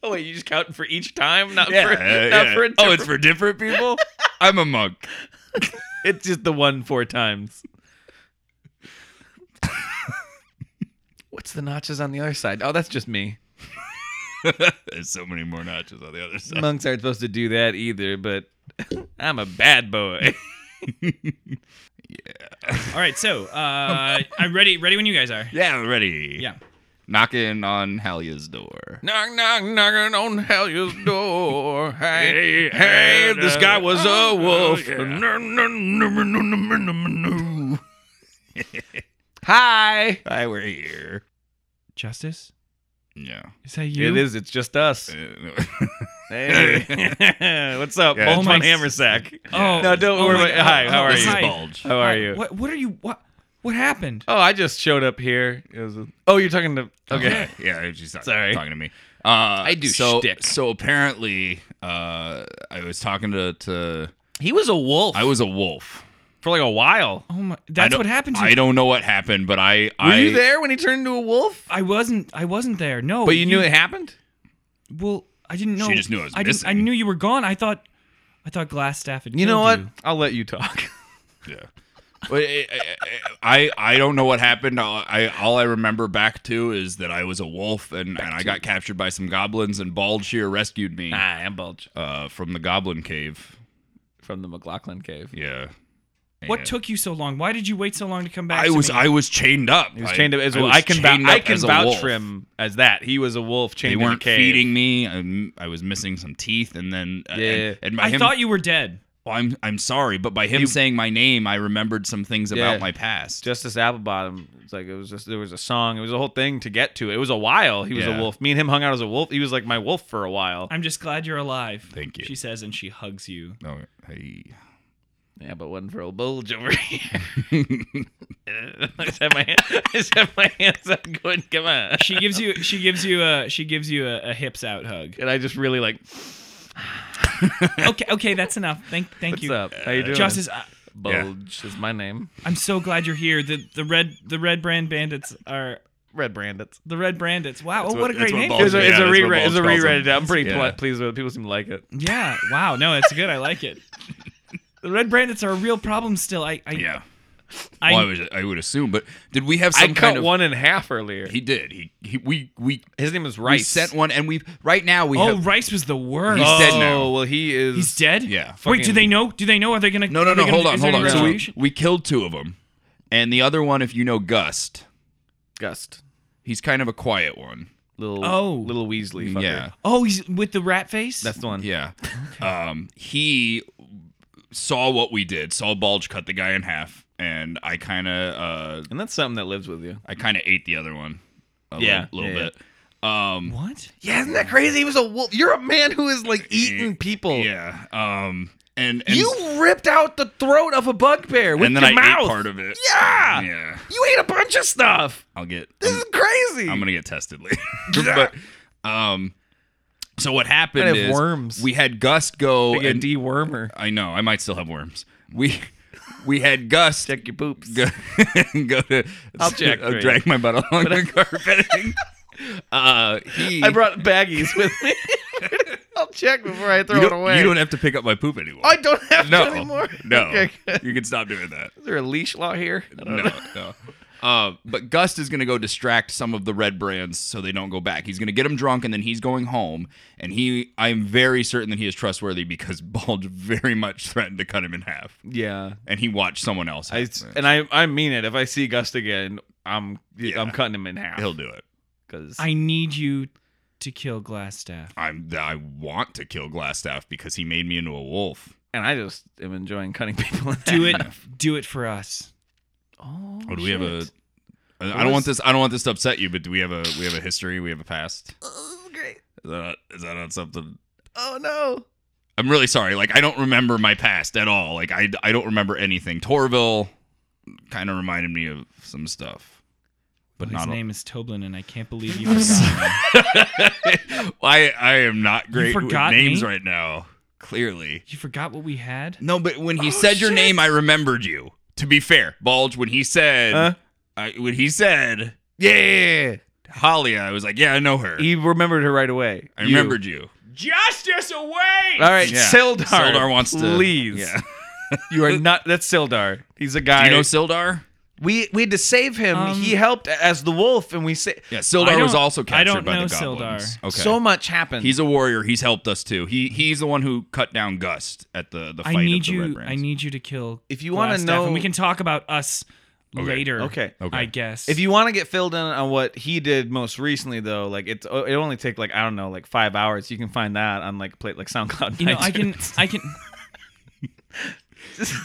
Oh wait, you just count for each time, not for
Uh,
not
yeah.
for. A
oh,
different-
it's for different people. I'm a monk.
it's just the one four times. What's the notches on the other side? Oh, that's just me.
There's so many more notches on the other side.
Monks aren't supposed to do that either, but I'm a bad boy.
All right. So uh, I'm ready. Ready when you guys are.
Yeah, we're ready.
Yeah.
knocking on Halia's door.
knock, knock, knocking on Hell's door. Hey,
hey, this guy
was a wolf. Hi.
Hi, we're here.
Justice.
Yeah.
Is that you?
It is. It's just us. Hey. What's up?
Yeah,
Yeah,
it's
Bulge on
my-
Hammersack.
Oh.
No, don't
oh
worry
my
about-
God.
hi, how
Oh,
are
This is
you?
Bulge.
How are you?
What What are you? What What happened?
Oh, I just showed up here. It was a- oh, you're talking to. Okay.
yeah, she's not
Sorry.
talking to me. Uh,
I do
so,
shtick.
So apparently, uh, I was talking to, to
He was a wolf
I was a wolf.
for like a while.
Oh my.
I
That's
don't-
what happened to
I don't know what happened, but I
Were
I
you there when he turned into a wolf?
I wasn't. I wasn't there. No.
But you knew it happened?
Well, I didn't know.
She just knew I was
I, didn't- I
missing.
knew you were gone. I thought, I thought Glassstaff had.
You know
killed
what?
you.
I'll let you talk.
Yeah. But I, I I don't know what happened. All I all I remember back to is that I was a wolf and, and I got captured by some goblins and Bald Shear rescued me
I am Bulge
uh, from the goblin cave.
from the McLaughlin Cave.
Yeah.
What
And
took you so long? Why did you wait so long to come back?
I
to
was
me?
I was chained up.
He was chained up as
I
well.
was
I can, vou-
chained
I
up
can
as a
vouch
wolf.
for him as that. He was a wolf
They
chained in a
weren't
cave.
feeding me. I'm, I was missing some teeth, and then uh,
Yeah.
and, and by
I
him,
thought you were dead.
well, I'm I'm sorry, but by him saying my name, I remembered some things
Yeah.
about my past.
Justice Applebottom. It's like it was just there was a song. It was a whole thing to get to. It was a while. He was
Yeah.
a wolf. Me and him hung out as a wolf. He was like my wolf for a while.
I'm just glad you're alive.
Thank you.
She says, and she hugs you.
No, Oh, hey.
Yeah, but one for old bulge over here. I just have my hand, I just have my hands up going, come on.
She gives you. She gives you a. She gives you a, a hips out hug.
And I just really like
Okay. Okay. That's enough. Thank. Thank
what's
you.
up? How you doing?
Justice, I,
Bulge is my name.
I'm so glad you're here. The the red the red brand bandits are
Red Brandits.
the red bandits. Wow, oh,
what-
what, a
that's
great
what
name.
Bulge
It was a,
Yeah,
it's a
that's what
rewrite. It's a
Bulge calls
rewrite.
them.
I'm pretty
Yeah.
pl- pleased with it. People seem to like it.
Yeah. Wow. No, it's good. I like it. The red bandits are a real problem still. I I,
Yeah.
I,
well, I, was, I would assume, but did we have
I
some
cut
kind of
one in half earlier.
He did. He, he we we
His name was
we
Rice.
sent one, and we right now we
Oh,
have
Rice was the worst.
He's
oh,
dead now.
well, he is.
He's dead.
Yeah.
Wait, do
Fucking-
they know? Do they know? Are they gonna?
no no
are they
no.
gonna-
Hold on,
is there
hold on.
any
So we,
resolution?
we killed two of them, and the other one, if you know Gust,
Gust.
he's kind of a quiet one.
Little,
Oh.
little Weasley. Fucker.
Yeah,
oh, he's with the rat face.
That's the one.
yeah. um, he saw what we did. Saw Bulge cut the guy in half, and I kind of uh,
And that's something that lives with you.
I kind of ate the other one. A
Yeah,
little, little
yeah,
bit. Um,
what?
Yeah, isn't that crazy? He was a wolf. You're a man who is like eating people.
yeah. Um, and, and
You ripped out the throat of a bugbear with
and then
your
I
mouth.
ate part of it.
Yeah!
yeah.
You ate a bunch of stuff.
I'll get.
This is crazy.
I'm gonna get tested later. but um, so what happened
Might have
is
worms.
we had Gust go
Like a
and
dewormer.
I know I might still have worms. We we had Gust
Check your poops.
go, go to uh,
I'll check for you.
drag my butt along the carpeting. Uh, he.
I brought baggies with me. I'll check before I
you
throw it
don't,
away.
you don't have to pick up my poop anymore.
I don't have
no,
to anymore.
no.
Okay, good.
you can stop doing that.
Is there a leash law here? I don't know.
no, no. Uh, but Gust is going to go distract some of the red brands so they don't go back. He's going to get them drunk and then he's going home. And he, I'm very certain that he is trustworthy because Bulge very much threatened to cut him in half.
Yeah.
And he watched someone else.
I,
have it.
and I, I mean it. If I see Gust again, I'm I'm cutting him in half.
He'll do it.
Because
I need you to kill Glassstaff.
I'm, I want to kill Glassstaff because he made me into a wolf.
and I just am enjoying cutting people. In
Do
half.
it. do it for us.
Oh,
Oh, do we have a?
shit.
I I don't want this. I don't want this to upset you, but do we have a? We have a history. We have a past.
Oh, great.
Is that not, is that not something?
Oh no.
I'm really sorry. Like I don't remember my past at all. Like I, I don't remember anything. Torville kind of reminded me of some stuff, but
His
not. a-
name is Toblin, and I can't believe you forgot. him.
I I am not great with
forgot
names
me?
right now. Clearly,
You forgot what we had.
no. But when he said your name, I remembered you. To be fair, Bulge, when he said,
Huh?
I, when he said, yeah, yeah, yeah, Holly, I was like, yeah, I know her.
He remembered her right away.
I
You.
remembered you.
Justice away!
All right,
Yeah.
Sildar.
Sildar wants to.
please.
Yeah.
you are not. That's Sildar. He's a guy.
Do you know Sildar?
we we had to save him.
Um,
he helped as the wolf, and we sa-
Yeah,
I
Sildar
don't-
was also
I
captured
don't
by
know
the goblins.
Sildar.
Okay.
so much happened.
He's a warrior. He's helped us too. He he's the one who cut down Gust at the the
I
fight
need
of the Red
you.
Brands.
I need you to kill.
If you wanna
Glassstaff,
know-
and we can talk about us
Okay.
later.
Okay.
Okay.
I guess.
If you want to get filled in on what he did most recently, though, like it's oh, it only take like I don't know, like five hours. You can find that on like play like SoundCloud.
you know, I can, I can.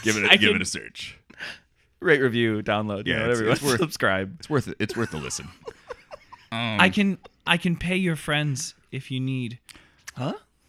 give it a,
I
give
can-
it a search.
rate, review, download,
Yeah,
yeah,
it's-
whatever. you
it's
want.
worth-
subscribe.
It's worth it. It's worth a listen. Um,
I can I can pay your friends if you need.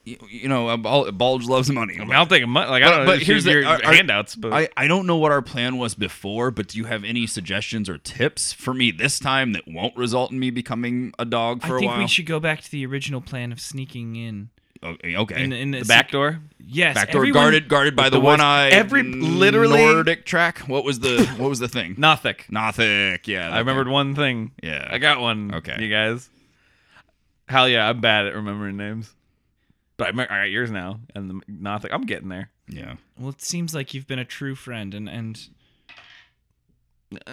you, you know, uh, Bul- Bulge loves money.
I don't think I'm, like I
But-
don't. know,
but here's
here's
the-
your
are- are-
handouts, but
I, I don't know what our plan was before, but do you have any suggestions or tips for me this time that won't result in me becoming a dog for
I
a
think
while?
we should go back to the original plan of sneaking in.
Okay. okay.
In, the- in
the back door.
Yes.
Backdoor
everyone-
guarded, guarded by the,
the
one
woods.
eye.
Every- literally-
Nordic track. What was the what was the thing?
Nothic.
Nothic. Yeah,
I remembered one thing.
Yeah.
I got one.
Okay.
You guys. Hell yeah, I'm bad at remembering names. But I'm, I got yours now, and the Noth's like, I'm getting there.
Yeah.
Well, it seems like you've been a true friend, and and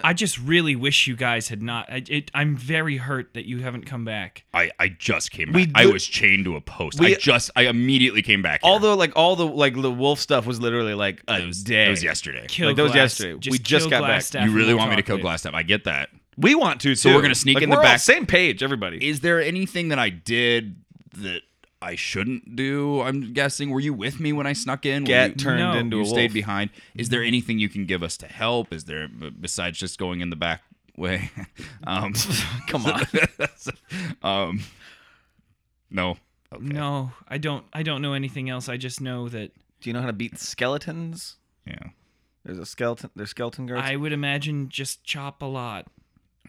I just really wish you guys had not. I, it, I'm very hurt that you haven't come back.
I, I just came back.
We
I
li-
was chained to a post.
We-
I just I immediately came back. here.
Although, like all the like the wolf stuff was literally like a
it was
day.
It was yesterday.
Kill
Like, that was
Glass-
yesterday. We just
kill
got back.
Glass
You really want me to kill Glass I get that.
We want to, too.
So we're gonna sneak
Like,
in the
we're all
back.
Same page, everybody.
Is there anything that I did that I shouldn't do? I'm guessing. Were you with me when I snuck in? Were
Get
you,
turned
No.
into
you
a
stayed
wolf.
behind. Is there anything you can give us to help? Is there b- besides just going in the back way? um, Come on. um, no. Okay.
No, I don't. I don't know anything else. I just know that
Do you know how to beat skeletons?
Yeah.
There's a skeleton. There's skeleton guards.
I would imagine just chop a lot.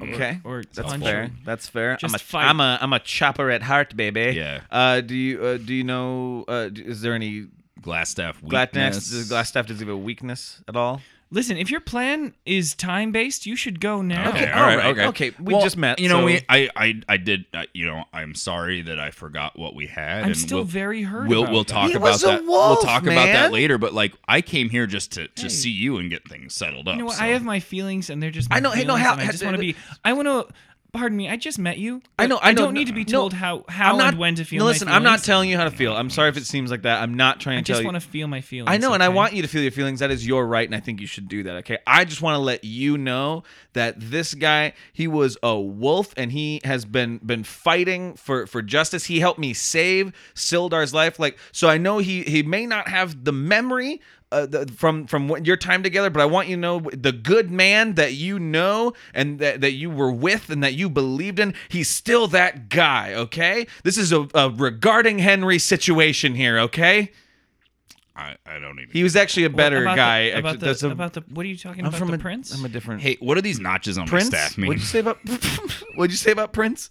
okay,
Or
that's
punch
fair.
it.
That's fair.
Just
I'm a
fight.
am a I'm a chopper at heart, baby.
Yeah.
Uh, do you uh, do you know? Uh, d- is there any
Glass staff.
glass does glass staff? Does it have a weakness at all?
Listen, if your plan is time based, you should go now.
Okay.
all
All right.
right,
Okay.
okay, we
Well,
just met,
You know,
so-
we. I. I. I did. Uh, you know, I'm sorry that I forgot what we had.
I'm
and
still
we'll,
very hurt.
We'll
about
we'll
that.
talk
He
about
was a
that.
wolf,
we'll talk about
man.
that later. But like, I came here just to to see you and get things settled up.
You know what?
so.
I have my feelings, and they're just.
I
My
know- hey, no,
feelings,
how-
and I
how-
just want to be. I want to. Pardon me. I just met you.
I know-
but
I
I
know-
don't need to be
no,
told how how
I'm not,
and when to feel.
No,
my
listen, I'm not
feelings.
telling you how to feel. I'm sorry if it seems like that. I'm not trying
I
to tell
just
you.
want to feel my feelings.
I know, and I
okay?
want you to feel your feelings. That is your right, and I think you should do that. Okay, I just want to let you know that this guy, he was a wolf, and he has been been fighting for for justice. He helped me save Sildar's life. Like, so I know he he may not have the memory. Uh, the, from from what, your time together, but I want you to know the good man that you know and that, that you were with and that you believed in. He's still that guy, okay? This is a, a regarding Henry situation here, okay?
I, I don't even.
He was actually a better
about
guy.
The, about,
Actually, that's
the,
a-
about the what are you talking
I'm
about?
from
the
a
prince.
I'm a different
hey, what are these notches on
Prince.
my staff mean?
What'd you say about? what'd you say about Prince?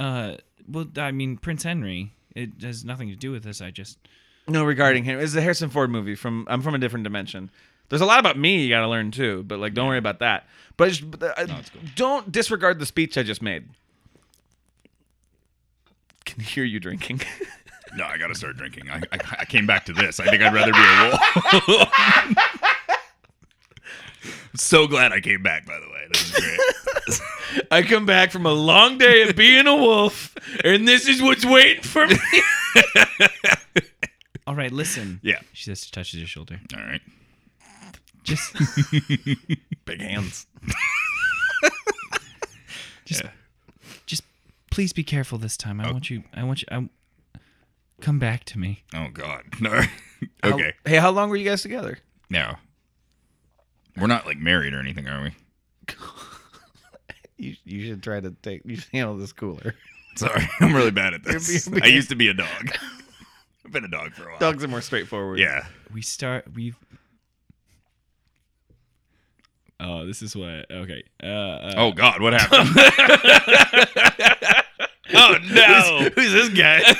uh, well, I mean Prince Henry. It has nothing to do with this. I just
No, regarding him, it's a Harrison Ford movie. From I'm from a different dimension. There's a lot about me you got to learn too, but like don't worry about that. But I just, but I- don't disregard the speech I just made. Can hear you drinking.
no, I gotta start drinking. I, I I came back to this. I think I'd rather be a wolf. so glad I came back. By the way, this is great.
I come back from a long day of being a wolf, and this is what's waiting for me.
all right. Listen.
yeah.
She says she touches your shoulder.
All right.
Just
Big hands.
just please be careful this time.
Oh.
I want you. I want you. I, come back to me.
Oh God. No. okay.
Hey, how long were you guys together?
Now, we're not like married or anything, are we?
You, you should try to take. You should handle this cooler.
Sorry, I'm really bad at this. I used to be a dog. I've been a dog for a while.
Dogs are more straightforward.
Yeah.
We start. We've. Oh, this is what. Okay. Uh, uh,
Oh God, what happened? oh no.
Who's this guy?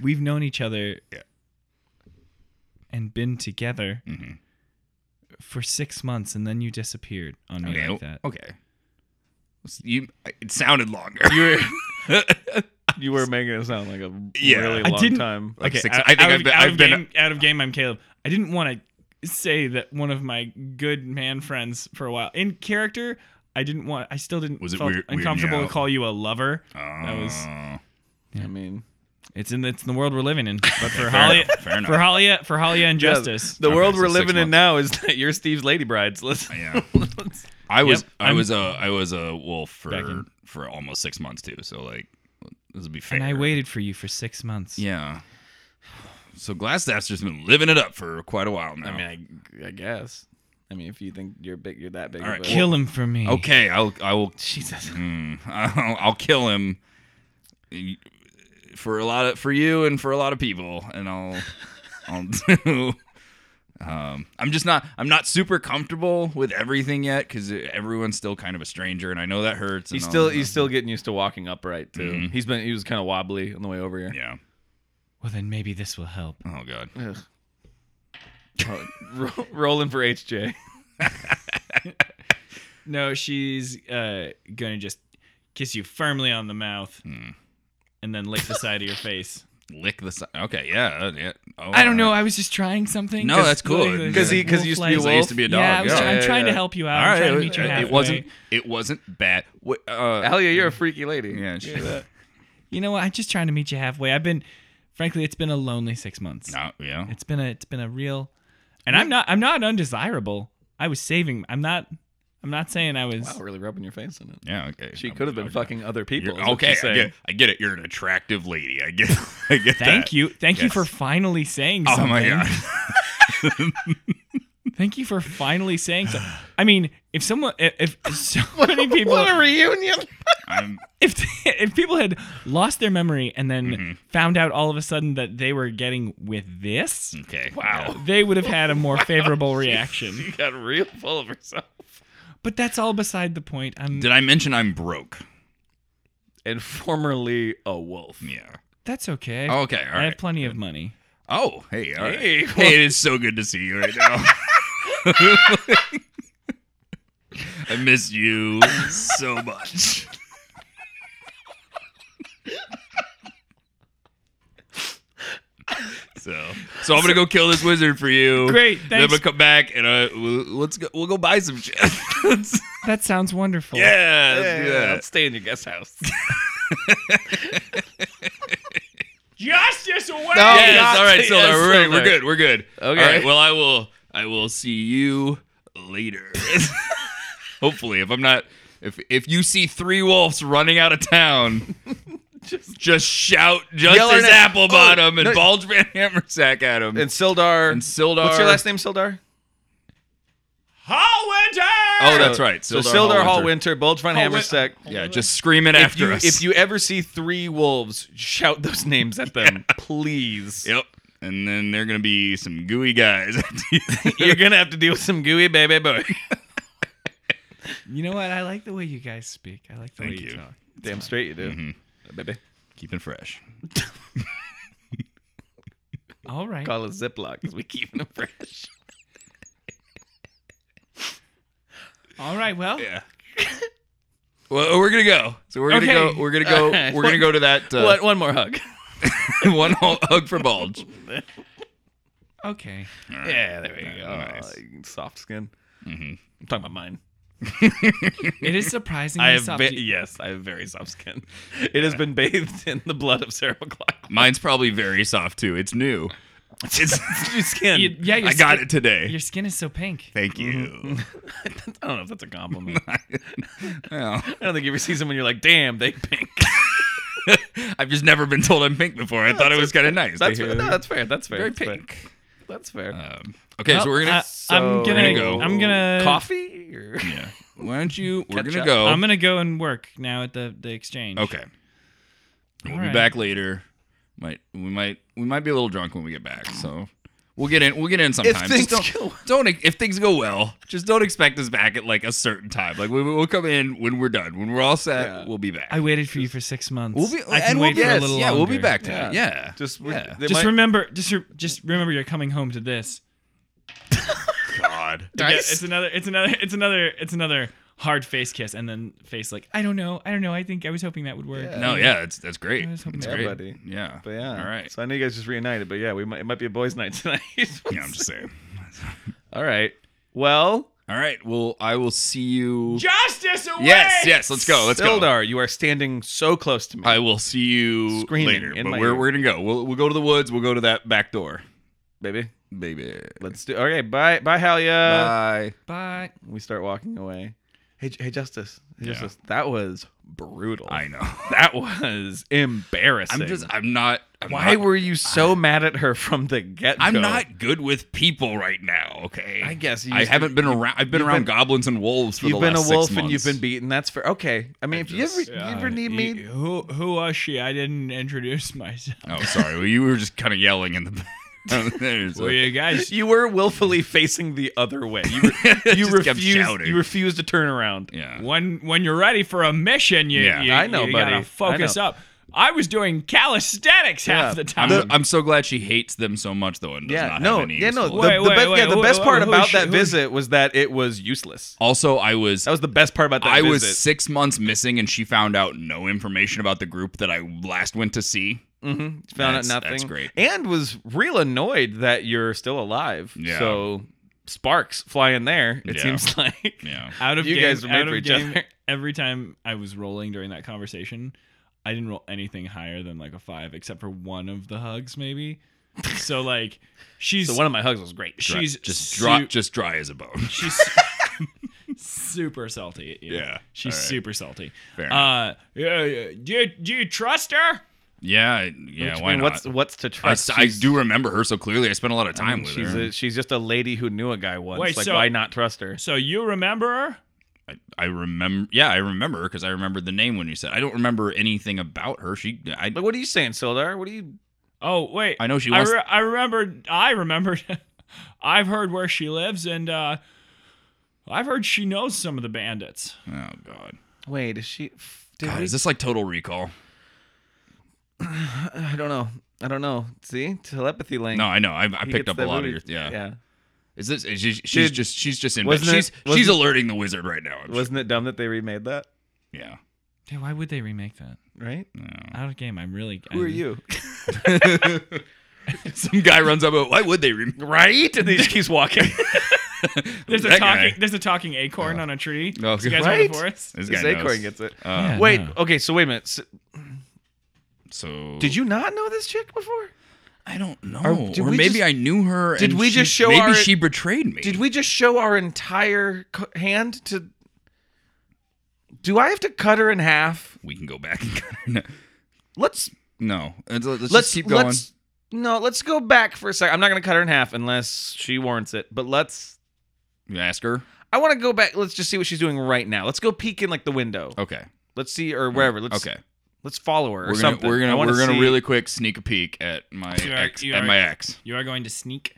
we've known each other.
Yeah.
And been together
Mhm.
for six months, and then you disappeared on me
Okay.
like that.
okay. You. It sounded longer.
You were you were making it sound like a
Yeah.
really
I
long
didn't-
time.
Like
okay,
six-
out,
I think
out
I've
of,
been-
out
I've
of
been-
game, out of game. I'm Caleb. I didn't want to say that one of my good man friends for a while in character. I didn't want. I still didn't.
Was it
felt
weird- weirding you
uncomfortable
out?
to call you a lover?
Oh.
was-
I mean,
It's in. It's in the world we're living in. But for Holly,
enough, fair
for
enough.
Holly, for Holly and Justice.
the
Okay,
world
so
we're
six
living in
months.
now is that you're Steve's lady brides. Listen,
Oh, Yeah. I was.
Yep,
I
I'm-
was a. I was a wolf
Back
for
in.
for almost six months too. So like, this would be fair.
and I waited for you for six months.
Yeah. So Glassstaff's just been living it up for quite a while now.
I mean, I, I guess. I mean, if you think you're big, you're that big.
All right,
of a-
Kill him for me.
okay, I'll I will
Jesus.
Hmm. I'll, I'll kill him for a lot of for you and for a lot of people, and I'll I'll do. Um, I'm just not I'm not super comfortable with everything yet because everyone's still kind of a stranger, and I know that hurts.
He's
and all
still
that.
he's still getting used to walking upright too.
Mhm.
He's been he was kind of wobbly on the way over here.
yeah.
Well, then maybe this will help.
Oh god.
Ugh. Oh, ro- rolling for HJ.
Hmm.
No, she's uh, gonna just kiss you firmly on the mouth.
and then lick the side of your face.
Lick the side. Okay, yeah, uh, yeah. Oh,
I don't know.
alright.
I was just trying something.
No, that's cool. 'Cause
he- 'cause he used to be a
wolf-like-
I used to be a dog.
Yeah, I was,
yeah.
I'm
yeah,
trying
yeah.
to help you out.
All
I'm
right,
trying
it,
to meet you
it
halfway.
wasn't. It wasn't bad. Wh- Uh,
Hell yeah, you're a freaky lady.
yeah, she-
You know what? I'm just trying to meet you halfway. I've been, frankly, it's been a lonely six months.
no, yeah.
It's been a, it's been a real, and I'm not, I'm not undesirable. I was saving. I'm not, I'm not saying I was.
Wow, really rubbing your face in it.
Yeah, okay.
She
I'm-
could have been
okay.
fucking other people.
You're-
is what
okay,
she's
I
saying.
get, I get it. You're an attractive lady. I get. I get
Thank
that.
you, thank you
Yes.
for finally saying
Oh
something.
my god.
Thank you for finally saying something. I mean, if someone, if, if so many people,
What a reunion!
I'm,
if if people had lost their memory and then found out all of a sudden that they were getting with this,
okay. Wow.
they would have had a more favorable reaction.
She got real full of herself.
But that's all beside the point. I'm
Did I mention I'm broke?
and formerly a wolf.
Yeah.
that's okay.
Oh, okay. All
I have
right.
plenty of money.
Oh, hey. All right.
Hey,
Hey, it is so good to see you right now. I miss you so much. So, so I'm gonna go kill this wizard for you.
Great,
Then I'm
thanks.
gonna come back and uh, we'll, let's go. We'll go buy some shit. Let's-
That sounds wonderful.
yeah, let's do that.
Let's stay in your guest house.
Justice away.
Oh, yes,
God.
all right,
Yes,
so we're,
Sildar.
we're good. We're good.
Okay.
All right, well, I will. I will see you later. Hopefully, if I'm not, if if you see three wolves running out of town, just, shout
her
Justice
name.
Apple Bottom
Oh,
and
no.
Bulge Van Hammersack at him
And Sildar.
And Sildar.
What's your last name, Sildar?
Oh, that's right.
So Sildar Hall
Hallwinter.
Winter, Bulge Front Hammersack.
Yeah, just scream it
If
after
you,
us.
if you ever see three wolves, shout those names at them, please.
Yep. And then they're gonna be some gooey guys. after you.
You're gonna have to deal with some gooey baby boy.
You know what? I like the way you guys speak. I like the
Thank
way you,
you.
talk.
Damn straight you do,
Mm-hmm.
baby.
Keep it fresh.
All right.
Call it Ziploc because we keeping them fresh.
All right. Well,
Yeah. Well, we're gonna go. So we're gonna
Okay.
go. We're gonna go.
Alright.
We're gonna go to that uh,
What? One more hug.
one hu- hug for Bulge.
okay.
Yeah, there we go.
Nice. Mm-hmm.
Oh, Soft skin. I'm talking about mine.
It is surprisingly
I have
soft.
ba- yes, I have very soft skin. It has been bathed in the blood of Sarah McLachlan.
Mine's probably very soft too. It's new. It's,
New skin.
You- yeah, your
I got
skin-
it today.
Your skin is so pink.
Thank you.
I don't know if that's a compliment. I Mm-hmm.
Well,
don't think you ever see someone you're like, damn, they pink.
I've just never been told I'm pink before. I thought it was kind of nice. to
That's
hear.
fair. No, that's fair. That's fair.
very
that's fair.
pink.
That's fair.
Um, okay, so
Well,
we're gonna.
uh, I'm gonna.
gonna go.
I'm gonna.
coffee. Or...
yeah. Why don't you? We're
Catch
gonna
up.
go.
I'm gonna go and work now at the the exchange.
okay. We'll be
Alright.
back later. Might we might we might be a little drunk when we get back. So we'll get in. We'll get in sometime.
If
Just
things
don't-
go,
don't if things go well, just don't expect us back at like a certain time. Like we, we'll come in when we're done, when we're all set,
Yeah.
we'll be back.
I waited for you for six months.
we'll be
I can
and
wait
we'll,
for
yes,
a little
yeah, we'll be
longer.
back tonight.
Yeah.
Yeah,
just
yeah.
they
Just
might-
remember, just re- just remember, you're coming home to this.
God.
Yeah, it's another, it's another, it's another, it's another hard face kiss, and then face like, I don't know, I don't know. I think I was hoping that would work.
No, yeah, it's that's great.
I was hoping
It's
that-
great.
Yeah, buddy.
Yeah.
But yeah,
All right.
So I know you guys just reunited, but yeah, we might, it might be a boys' night tonight.
Yeah, I'm just saying.
All right. Well,
All right. Well, I will see you.
Justice away.
Yes, yes. Let's
Oh,
go. Let's go.
Sildar, you are standing so close to me.
I will see you
Screaming
later.
in
But
my
we're
ear.
we're gonna go. We'll we'll go to the woods. We'll go to that back door,
baby.
baby. Uh,
Let's do. Okay, bye, bye, Halia.
Bye.
Bye.
We start walking away. Hey, J- hey, Justice. Hey,
Yeah.
Justice. That was brutal.
I know.
that was embarrassing.
I'm just. I'm not. I'm
Why
not-
were you so mad at her from the get go?
I'm not good with people right now. Okay.
I guess you
I
used to-
haven't been around. I've been
you've
around
been-
goblins and wolves for
You've
the
been
last
a
six
wolf and you've
months.
been beaten. That's fair. Okay. I mean, if
just-
you ever, you e-, ever need me,
Who who was she? I didn't introduce myself.
Oh, sorry. Well, you were just kind of yelling in the. back. There's a-
Well, you guys.
you were willfully facing the other way. You, were, you
Just kept
refused.
shouting.
You refused to turn around.
yeah.
When when you're ready for a mission, you
Yeah.
you,
I know,
you
buddy. I
gotta focus
know.
up.
I was doing calisthenics half the time.
I'm, I'm so glad she hates them so much though, and does
Yeah,
not
no,
have any
yeah, no. The,
useful-
Wait,
the
wait,
be- yeah, the
wait,
best
wait,
part
who
about
sh-
that
who-
visit was that it was useless.
also, I was
That was the best part about that
I
visit.
was six months missing, and she found out no information about the group that I last went to see.
hmm Found
That's-
out nothing.
that's great.
And was real annoyed that you're still alive.
Yeah.
So sparks fly in there. It
Yeah.
seems like
Yeah,
out of
you
game,
guys were made
out
for
of
each
game,
other.
Every time I was rolling during that conversation, I didn't roll anything higher than like a five, except for one of the hugs, maybe. So like, she's
So one of my hugs was great.
she's
just
su-
dry, just dry as a bone.
She's super salty. At you.
Yeah,
she's
all right.
super salty.
Fair
Uh, yeah, yeah. Do you, do you trust her?
yeah, I- yeah.
Which, I
why
mean,
not?
What's what's to
I,
trust?
I
She's-
do remember her so clearly. I spent a lot of time with
She's
her.
a, she's just a lady who knew a guy once.
Wait,
like
so-
why not trust her?
So you remember her?
I, I remember. Yeah, I remember her because I remembered the name when you said. I don't remember anything about her. She. I.
But what are you saying, Sildar? What are you?
Oh wait,
I know she
I,
wants.
re- I remembered. I remembered. I've heard where she lives, and uh, I've heard she knows some of the bandits.
oh God.
Wait, is she? f- Did
God,
we-
is this like Total Recall?
I don't know. I don't know. See telepathy link.
No, I know. I, I
He
picked
gets
up a
the
lot
movie-
of your. Yeah.
Yeah.
Is this? Is she, she's
Dude,
just. She's just in.
wasn't it-
She's. she's
wasn't-
alerting the wizard right now. I'm sure.
Wasn't it dumb that they remade that?
Yeah.
Dude, why would they remake that?
Right?
No.
Out of game. I'm really.
Who are you?
Some guy runs up. Why would they? Rem-
right? And he just keeps walking.
There's a
That
talking.
guy.
There's a talking acorn on a tree.
Oh,
you guys
right?
the forest?
This guy
His
knows.
acorn gets it.
Uh,
Wait. Okay. So wait a minute. So,
So
did you not know this chick before?
I don't know.
Or did
or
we
maybe
just-
I knew her.
Did
and
we
she-
just show
Maybe
our-
she betrayed me.
Did we just show our entire co- hand to? Do I have to cut her in half?
We can go back. and
Let's
No. Let's, let's, just
let's
keep going.
let's- no, let's go back for a sec. I'm not gonna cut her in half unless she warrants it. But let's.
You ask her.
I want to go back. Let's just see what she's doing right now. Let's go peek in like the window.
Okay.
Let's see or wherever. Let's
okay.
Let's follow her or
We're gonna
something.
we're
I
gonna
wanna
we're gonna
see-
really quick sneak a peek at my
You are-
ex
you
at
are-
my ex.
You are going to sneak.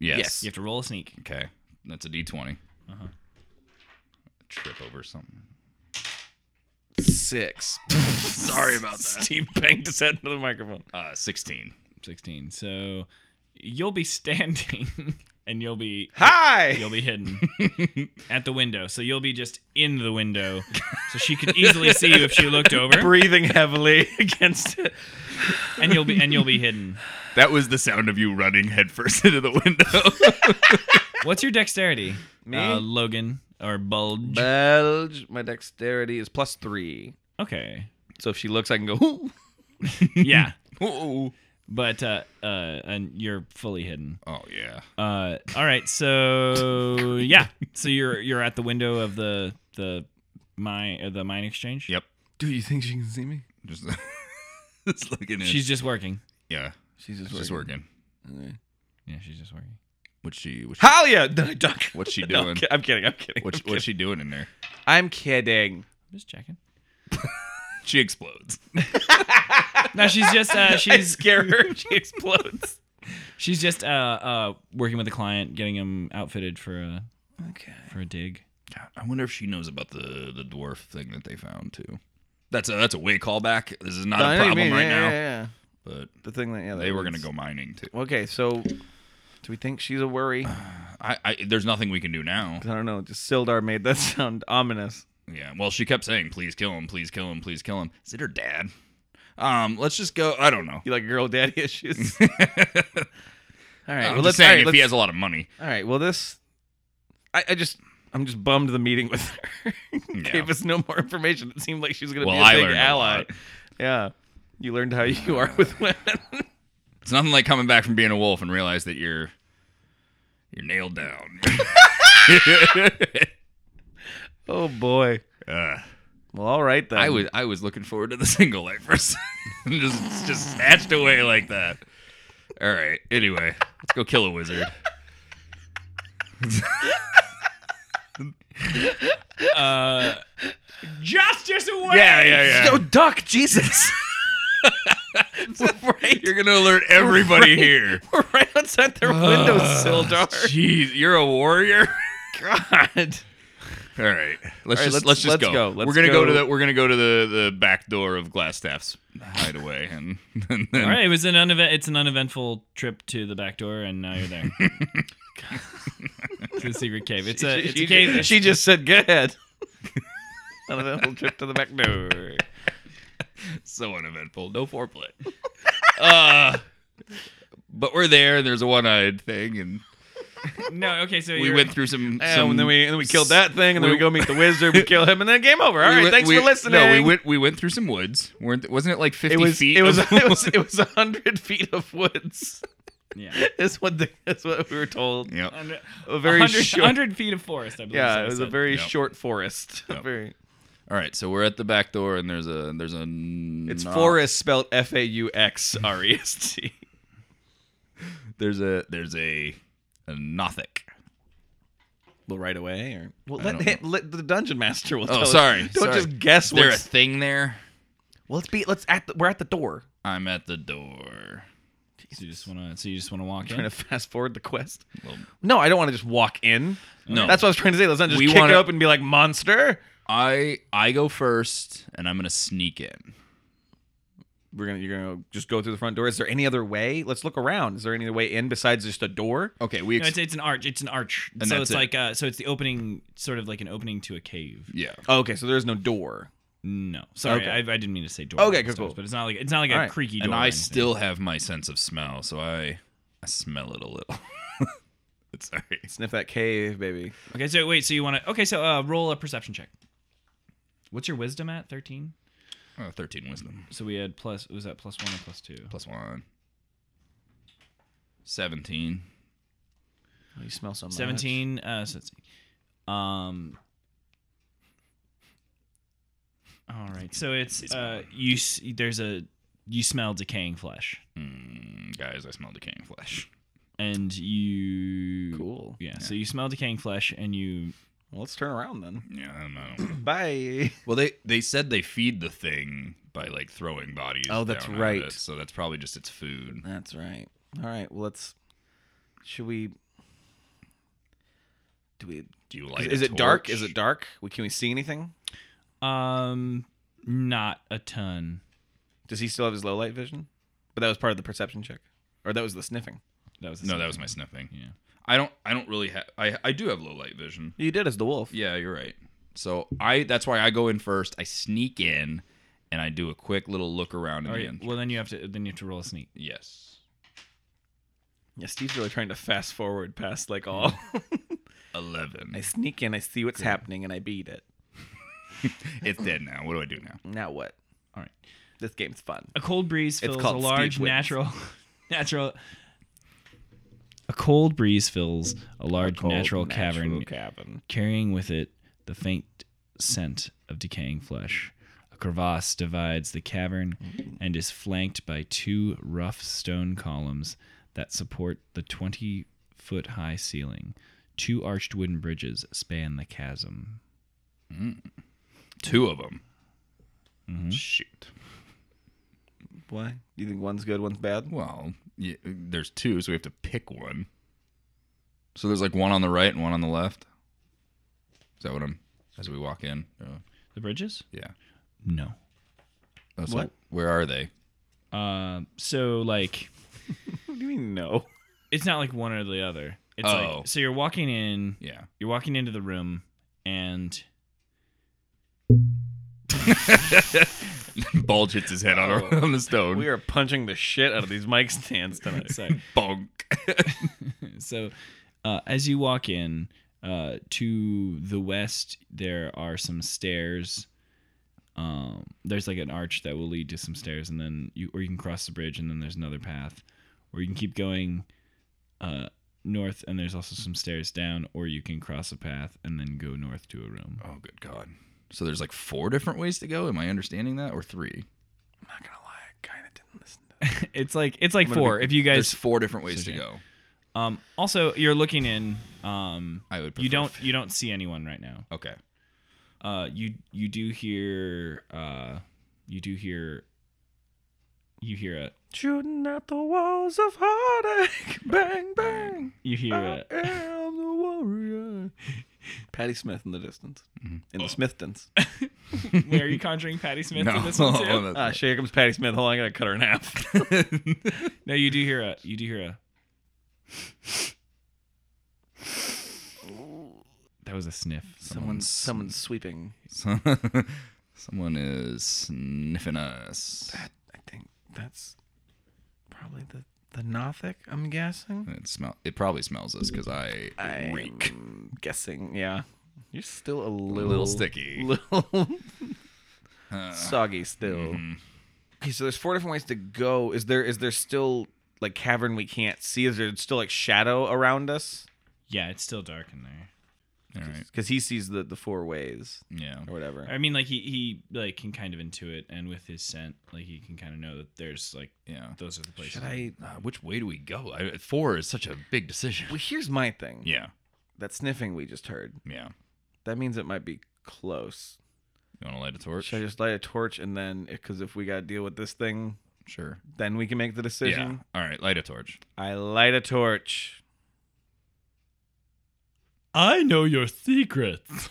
Yes.
Yes.
You have to roll a sneak.
Okay. That's a D twenty.
Uh-huh.
Trip over something.
six. Sorry about that. Steve banged his head into the microphone.
Uh, sixteen.
16. So you'll be standing and you'll be
Hi.
you'll be hidden at the window. So you'll be just in the window. So she could easily see you if she looked over
Breathing heavily against it.
and you'll be and you'll be hidden.
That was the sound of you running headfirst into the window.
What's your dexterity?
Me?
Uh, Logan or Bulge.
Belge. My dexterity is plus three.
okay.
So if she looks, I can go. Ooh.
Yeah.
oh
But uh uh and you're fully hidden.
Oh, yeah.
Uh all right. So yeah. So you're you're at the window of the the mine uh, the mine exchange.
Yep.
Do you think she can see me?
Just, just looking in.
She's just working.
yeah.
She's
She's just working.
Yeah, she's just working.
What's she? What's she,
Halia! No, I don't.
what's she
No,
doing?
I'm ki- I'm kidding. I'm kidding.
What's, what's she doing in there?
I'm kidding.
Just checking.
She explodes.
No, she's just uh, she's
Scare her. She explodes.
she's just uh, uh, working with a client, getting him outfitted for a
okay.
for a dig.
God, I wonder if she knows about the the dwarf thing that they found too. That's a that's a way callback. This is not a problem right
yeah,
now.
Yeah, yeah.
But
The thing that yeah,
they were gonna go Uh. mining too.
Okay, so do we think she's a worry?
I, I there's nothing we can do now.
I don't know. Just Sildar made that sound ominous.
Yeah. Well, she kept saying, "Please kill him. Please kill him. Please kill him." Is it her dad? Um. Let's just go. I don't know.
You like girl daddy issues? all right,
I'm
well,
just
let's, all
saying
right,
if he
let's-
has a lot of money.
all right, well, this. I, I just. I'm just bummed the meeting with her gave us no more information. It seemed like she was going to
Well,
be a
I
big
learned a
ally.
lot.
yeah. You learned how you are with women.
It's nothing like coming back from being a wolf and realize that you're you're nailed down.
oh, boy.
Ugh.
Well, all right, then.
I was I was looking forward to the single life first. just just snatched away like that. All right. Anyway, let's go kill a wizard.
Uh, justice away!
Yeah, yeah,
Go duck, Jesus.
yeah. You're gonna alert everybody here.
We're right Ah, outside their window, Sildar.
Jeez, you're a warrior.
God.
All right, let's
All right,
just
let's-
let's, just
let's
go.
go.
we're
Let's
gonna go.
go.
to the we're gonna go to the the back door of Glassstaff's hideaway, and, and then
All right, it was an unevent. It's an uneventful trip to the back door, and now you're there. to the secret cave. It's a it's a cave.
She just said, "Go ahead." On a little trip to the back door.
so uneventful, no foreplay. uh, but we're there. and There's a one-eyed thing, and
No, okay, so
we
you're-
went through some.
Yeah,
some
and then we and then we killed that thing, and then we,
we-
go meet the wizard, we kill him, and then game over. All
we
right,
went-
thanks
we-
for listening.
No, we went we went through some woods. weren't Wasn't it like fifty
It was,
feet?
it was
of-
it was it was a hundred feet of woods.
Yeah.
That's what the, that's what we were told.
Yep.
under-
A very
100,
short.
100 feet of forest, I believe. is
yeah, it
what I
was a
said.
very
Yep.
short forest. A
Yep.
very,
All right, so we're at the back door, and there's a there's a.
it's
knock.
forest spelled F A U X R E S T.
There's a there's a a nothic.
Well, right away, or well,
I
let,
don't know.
him, let the dungeon master will.
Oh,
tell us.
sorry,
Don't
sorry.
just guess
Is there a
what's
thing there?
Well, let's be. Let's at. The, we're at the door.
I'm at the door.
So you just want to so you just want to walk
Trying
in.
to fast forward the quest.
Well-
no, I don't want to just walk in.
No.
that's what I was trying to say. Let's not just
We
kick
wanna-
up and be like monster.
I I go first, and I'm gonna sneak in.
We're gonna. You're gonna just go through the front door. Is there any other way? Let's look around. Is there any other way in besides just a door?
Okay, we
No,
ex-
it's, it's an arch. It's an arch.
And
so
that's
it's
it.
like uh so it's the opening sort of like an opening to a cave.
yeah.
Oh, okay, so there's no door.
No. Sorry,
Okay.
I, I didn't mean to say door.
Okay,
and
cool,
stuff,
cool.
But it's not like it's not like a
Alright.
creaky door.
And
or
I
anything.
still have my sense of smell, so I I smell it a little. it's all right.
Sniff that cave, baby.
Okay, so wait, so you want to Okay, so uh roll a perception check. What's your wisdom at? 13?
Oh, Thirteen wisdom
So we had plus was that plus 1 or plus 2?
plus one. Seventeen.
Oh, you smell so much.
17 uh so let's see. Um All right. So it's uh you s- there's a you smell decaying flesh.
Mm, guys, I smell decaying flesh.
and you
Cool.
yeah, so you smell decaying flesh and you
Well, let's turn around then.
Yeah, I don't know.
Bye.
Well, they they said they feed the thing by like throwing bodies.
Oh, that's
down at
right.
it, so that's probably just its food.
That's right. All right. Well, let's. Should we? Do we?
Do you like?
is it dark? Is it dark? We, can we see anything?
um not a ton
Does he still have his low light vision? But that was part of the perception check, or that was the sniffing.
that was
No, that was my sniffing. Yeah. I don't. I don't really have. I I do have low light vision.
You did as the wolf.
Yeah, you're right. So I that's why I go in first. I sneak in, and I do a quick little look around in
All
the
right,
end.
well then you have to then you have to roll a sneak
Yes.
Yeah, Steve's really trying to fast forward past like all.
Eleven.
I sneak in, I see what's happening, and I beat it.
it's dead now. What do I do now?
Now what?
All right.
This game's fun.
a cold breeze fills a
called Steve
large
Wiggins.
natural natural a cold breeze fills a large natural, cavern
Cabin.
carrying with it the faint scent of decaying flesh. A crevasse divides the cavern and is flanked by two rough stone columns that support the 20 foot high ceiling. Two arched wooden bridges span the chasm.
Two of them. Shoot.
Why? You think one's good, one's bad?
Well, y there's two, so we have to pick one. So there's like one on the right and one on the left. Is that what I'm? As we walk in, uh,
The bridges?
yeah.
No.
Oh, so Where are they?
Uh, so, like,
What do you mean no?
it's not like one or the other. It's
Oh.
like, so you're walking in,
Yeah.
you're walking into the room, and
Bulge hits his head on, a- on the stone.
We are punching the shit out of these mic stands tonight.
bonk.
so uh, as you walk in uh, to the west there are some stairs um, there's like an arch that will lead to some stairs and then you or you can cross the bridge and then there's another path or you can keep going uh, north and there's also some stairs down or you can cross a path and then go north to a room
Oh, good God. So there's like four different ways to go. Am I understanding that, or three?
I'm not gonna lie, I kinda didn't listen to
it's like it's like four if you
There's
guys
four different ways to
Okay.
go.
um, also you're looking in um,
I would. Prefer
you don't
f-
you don't see anyone right now
Okay.
Uh, you you do hear uh, you do hear you hear a
Shooting at the walls of heartache. Bang bang.
you hear a
am the warrior. Patty Smith in the distance, in the Smithtons.
Wait, are you conjuring Patty Smith
No, Oh,
in this one too?
that's-
Ah, shit, here comes Patty Smith. Hold on, I gotta cut her in half.
No, you do hear a. You do hear a. That was a sniff.
someone's
someone's sweeping.
someone is sniffing us.
I think that's probably the the Nothic. I'm guessing.
It smell. It probably smells us because I,
I'm
reek.
guessing. Yeah, you're still a
A
little,
little sticky.
little
Uh,
soggy still.
Mm-hmm.
Okay, so there's four different ways to go. Is there is there still like cavern we can't see? Is there still like shadow around us?
Yeah, it's still dark in there.
all right.
Because he sees the the four ways
Yeah.
or whatever.
I mean, like he he like can kind of intuit, and with his scent, like he can kind of know that there's like
Yeah.
those are the places.
Should I?
Uh, which way do we go? I, four is such a big decision.
Well, here's my thing.
Yeah.
That sniffing we just heard.
Yeah.
That means it might be close.
You want to light a torch?
Should I just light a torch and then, because if we gotta deal with this thing,
Sure.
then we can make the
Yeah.
decision.
All right. Light a torch.
I light a torch.
I know your secrets.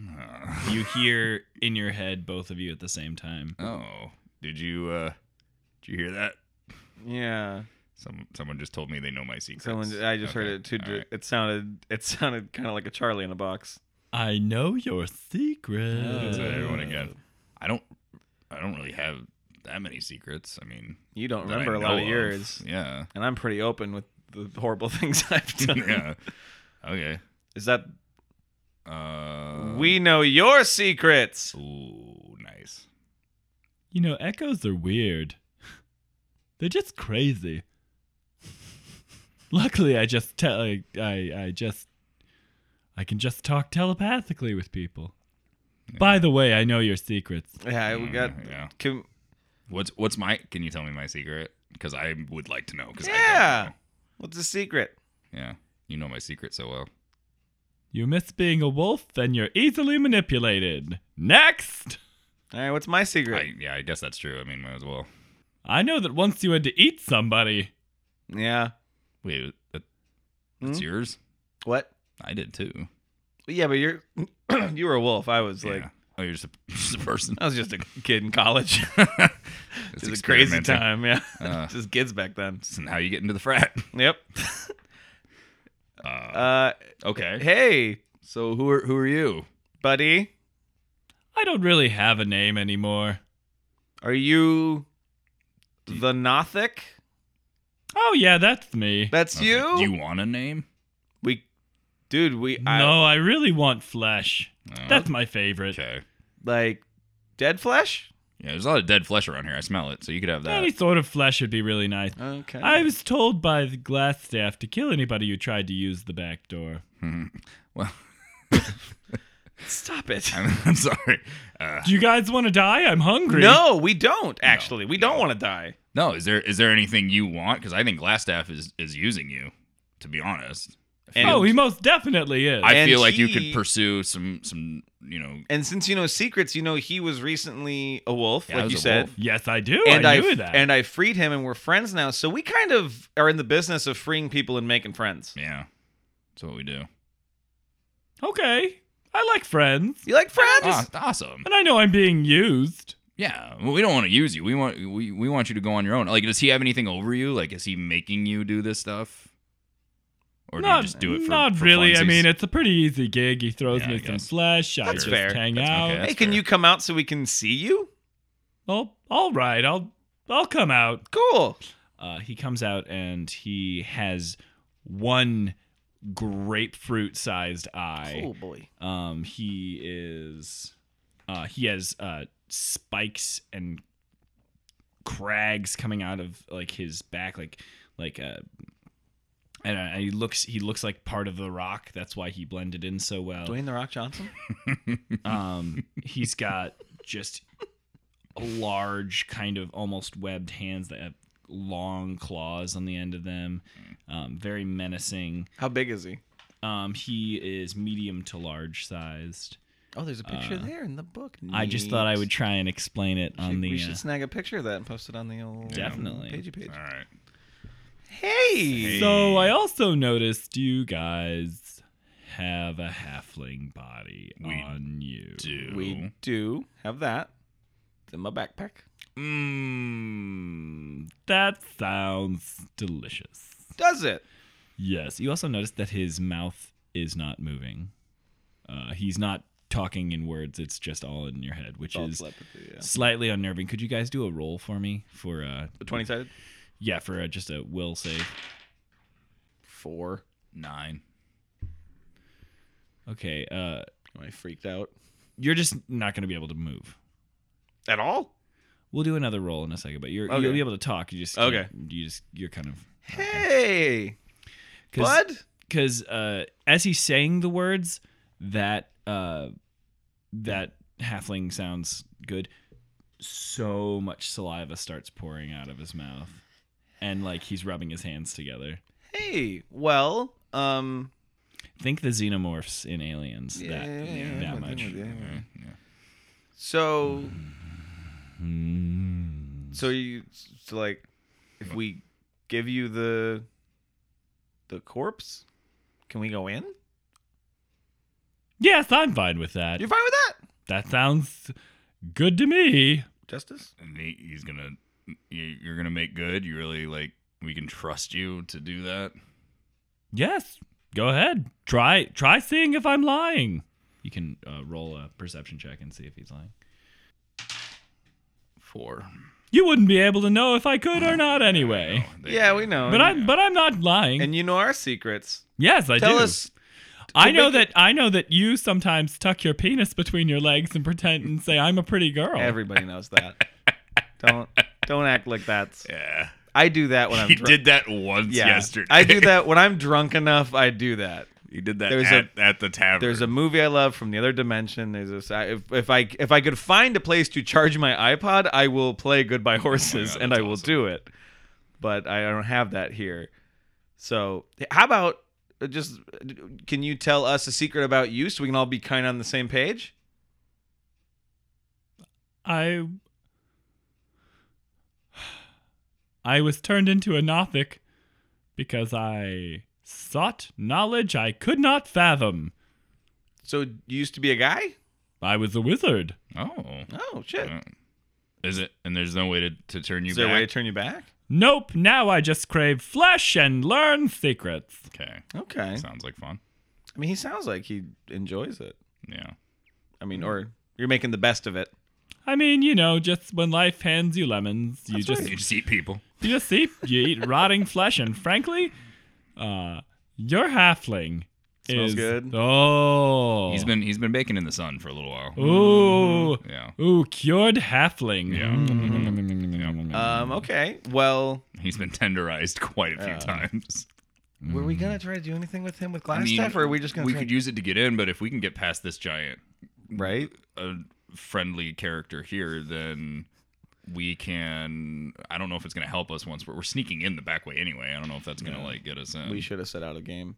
Uh,
you hear in your head, both of you at the same time.
oh. Did you? uh Did you hear that?
Yeah.
Some someone just told me they know my secrets.
Someone. I just heard
Okay,
it too.
all right.
It sounded. It sounded kind of like a Charlie in a box.
I know your
Let's
secrets.
say everyone again. I don't. I don't really have that many secrets. I mean,
You don't
that I
remember a lot
know
of yours,
Yeah.
and I'm pretty open with the horrible things I've done.
yeah. Okay.
Is that
Uh,
we know your secrets?
Ooh, nice.
You know, echoes are weird. They're just crazy. Luckily, I just tell I, I I just I can just talk telepathically with people. By the way, I know your secrets.
Yeah, we got.
Mm, yeah.
Can,
What's what's my? Can you tell me my secret? Because I would like to know. Because
yeah. What's the secret?
yeah. You know my secret so well.
You miss being a wolf and you're easily manipulated. Next!
All right. What's my secret?
I, yeah, I guess that's true. I mean, might as well.
I know that once you had to eat somebody.
Yeah.
Wait, that,
Hmm?
that's yours.
What?
I did too.
Yeah, but you're you were a wolf. I was like
yeah. oh, you're just a, just a person.
I was just a kid in college.
It's
It was a crazy
experimenting.
time, yeah.
Uh.
Just kids back then.
This is how you get into the frat.
Yep.
Uh,
Uh,
okay.
hey,
So who are who are you?
buddy,
I don't really have a name anymore.
are you the Nothic?
Oh, yeah, that's me.
That's
Okay.
you.
Do you want a name?
We, dude, we I,
no, I really want flesh.
No.
That's my favorite.
okay.
like dead flesh.
Yeah, there's a lot of dead flesh around here. I smell it, so you could have that.
Any sort of flesh would be really nice.
Okay.
I was told by the glass staff to kill anybody who tried to use the back door.
Well,
Stop it.
I'm, I'm sorry. Uh,
Do you guys want to die? I'm hungry.
No, we don't actually. we don't want to die.
no, is there is there anything you want? Because I think Glassstaff is is using you. To be honest,
And,
Oh, he most definitely is.
I
And
feel like you
he-
could pursue some some you know.
and since you know secrets, you know he was recently a wolf,
Yeah, I
like
was
you
a
said.
wolf.
yes, I do.
and
I
I,
knew that.
and I freed him, and we're friends now. So we kind of are in the business of freeing people and making friends.
Yeah, that's what we do.
okay, I like friends,
You like friends?
Ah, awesome.
and I know I'm being used.
Yeah, well, we don't want to use you. We want we, we want you to go on your own. Like, does he have anything over you? Like, is he making you do this stuff, or do you just do it? For,
not
for
really. I
funsies?
mean, it's a pretty easy gig. He throws
Yeah, I
me some
guess.
flesh. I
That's
just
fair.
hang
That's-
out.
okay.
hey, can
fair.
you come out so we can see you?
Oh, all right. I'll I'll come out.
Cool.
Uh, he comes out and he has one grapefruit-sized eye.
Oh boy.
Um, he is. Uh, he has uh, spikes and crags coming out of like his back, like like uh, and uh, he looks he looks like part of the rock. That's why he blended in so
Oh.
well.
Dwayne the Rock Johnson.
Um, he's got just large, kind of almost webbed hands that have long claws on the end of them. Um, very menacing.
How big is he?
Um, he is medium to large sized.
Oh, there's a picture there in the book.
Uh, I just thought I
Neat.
would try and explain it on
we
the.
should
Uh,
snag a picture of that and post it on the old um,
Definitely.
pagey page.
All right.
Hey,
so I also noticed you guys have a halfling body on you.
Do.
We do have that in my backpack.
Mmm, that sounds delicious.
Does it?
Yes. You also notice that his mouth is not moving. Uh, he's not talking in words. It's just all in your head, which is
uh,
slightly unnerving. Could you guys do a roll for me for uh,
The 20 sided?
yeah for uh, just a will save?
Four.
Nine.
Okay. Uh,
Am I freaked out?
you're just not going to be able to move.
At all?
We'll do another roll in a second, but you're you'll be able to talk. You just can't-
Okay.
You just you're kind of
Hey,
because
bud.
because uh, as he's saying the words that uh, that halfling sounds good. So much saliva starts pouring out of his mouth, and like he's rubbing his hands together.
Hey, well, um,
Think the xenomorphs in Aliens that
yeah,
that much.
so,
Mm-hmm.
so you, so like, if we give you the, the corpse, can we go in?
Yes, I'm fine with that.
You're fine with that,
That sounds good to me.
Justice?
And he, he's gonna. you- You're gonna make good. You really like. We can trust you to do that.
Yes. Go ahead. Try try seeing if I'm lying. You can uh, roll a perception check and see if he's lying.
Four.
You wouldn't be able to know if I could or not anyway.
They-
Yeah, we know.
But I'm but I'm not lying.
and you know our secrets.
yes, I
Tell
do.
us.
I know
make
that I know that you sometimes tuck your penis between your legs and pretend and say I'm a pretty girl.
Everybody knows that. don't don't act like that's.
Yeah.
I do that when I'm.
he
drunk.
did that once
Yeah,
yesterday.
I do that when I'm drunk enough. I do that.
He did that
There was
at, at the tavern.
There's a movie I love from the other dimension. There's this. I- If, if I if I could find a place to charge my iPod, I will play Goodbye
Oh
Horses and I will do it. But I don't have that here. So how about uh, just uh, can you tell us a secret about you so we can all be kind of on the same page?
I I was turned into a Nothic because I sought knowledge I could not fathom.
So you used to be a guy?
I was a wizard.
oh.
Oh shit!
Yeah. Is it? And there's no way to, to turn you
Is there
back.
a way to turn you back?
Nope, now I just crave flesh and learn secrets.
okay.
Okay.
Sounds like fun.
I mean, he sounds like he enjoys it.
Yeah.
I
Mm.
mean, or you're making the best of it.
I mean, you know, just when life hands you lemons, you just
You just eat people.
you just eat you eat rotting flesh and frankly, uh your halfling
Smells
is
good.
Oh.
He's been he's been baking in the sun for a little while.
Ooh.
Yeah.
Ooh, cured halfling. Mm.
Yeah.
Mm. Mm-hmm. Um. Okay. Well,
Mm-hmm. He's been tenderized quite a few times.
Were we gonna try to do anything with him with glass
I mean,
stuff, or are Mm-hmm. we just gonna?
we
try
could use it to get in, but if we can get past this giant
right?
a friendly character here, then we can. I don't know if it's going to help us once we're, we're sneaking in the back way anyway. I don't know if that's going to like get us in.
We should have set out a game.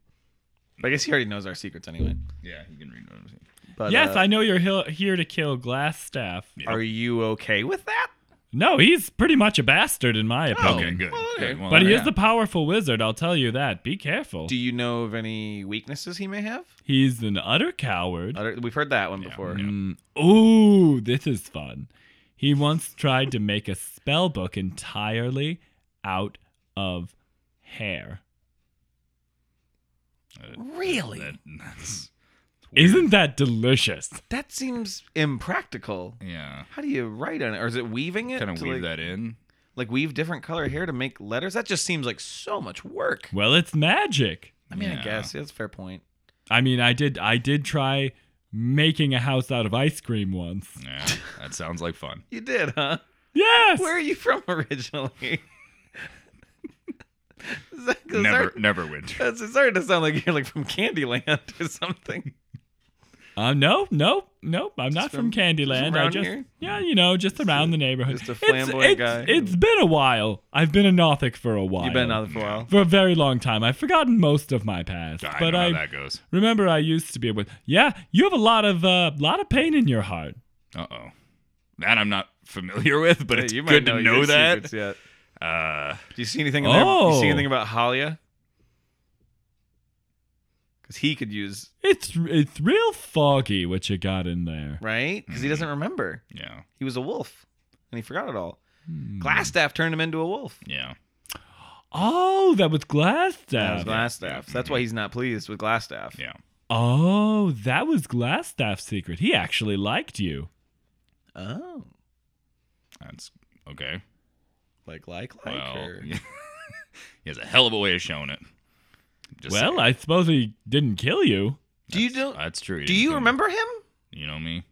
But I guess he already knows our secrets anyway.
Yeah, you can read what I'm saying.
But
Yes,
uh,
I know you're he- here to kill Glassstaff.
are you okay with that?
No, he's pretty much a bastard in my
Oh.
opinion.
Okay, good. good. Well,
But he
yeah.
is a powerful wizard, I'll tell you that. Be careful.
Do you know of any weaknesses he may have?
He's an utter coward.
Other, we've heard that one before.
Mm, ooh, this is fun. He once tried to make a spell book entirely out of hair.
Really? That,
That, that's,
Isn't that delicious?
seems impractical.
yeah.
How do you write on it? Or is it weaving it?
Kind of
to,
weave
like,
that in.
Like weave different color hair to make letters? That just seems like so much work.
Well, it's magic.
I mean, I
Yeah.
guess that's a fair point.
I mean, I did I did try making a house out of ice cream once.
Yeah, that sounds like fun.
You did, huh?
Yes.
Where are you from originally? Is that- is
Never,
our-
never winter.
That's, it's starting to sound like you're like from Candyland or something.
Uh, no, no, no. I'm not
from-
from, Candyland.
from
I
around
just
here?
yeah, you know, just around the neighborhood.
just a
It's-
flamboyant
it's-
guy.
It's been a while. I've been a Nothic for a while.
You've been out for a while.
for a very long time. I've forgotten most of my past,
I
but
know
I
how that goes.
remember I used to be able. Yeah, you have a lot of uh, lot of pain in your heart.
Uh oh. That I'm not familiar with, but
Hey,
it's
you might
good to know
your
that.
secrets yet.
Uh,
Do you see anything in there? Do you see
Oh.
anything about Halia? because he could use
It's it's real foggy what you got in there.
right because he doesn't remember.
Mm-hmm. Yeah. Mm-hmm.
He was a wolf, and he forgot it all.
Hmm.
Glassstaff turned him into a wolf.
Yeah.
Oh, that was glass
That was
staff.
Glassstaff. So that's why he's not pleased with Glassstaff.
Yeah.
oh, that was glass staff's secret. He actually liked you.
Oh,
That's okay.
like like like
Well,
or
he has a hell of a way of showing it. Just
well,
saying.
I suppose he didn't kill you.
do you do?
that's true. he
Do
didn't
you
kill me.
remember him?
You know me.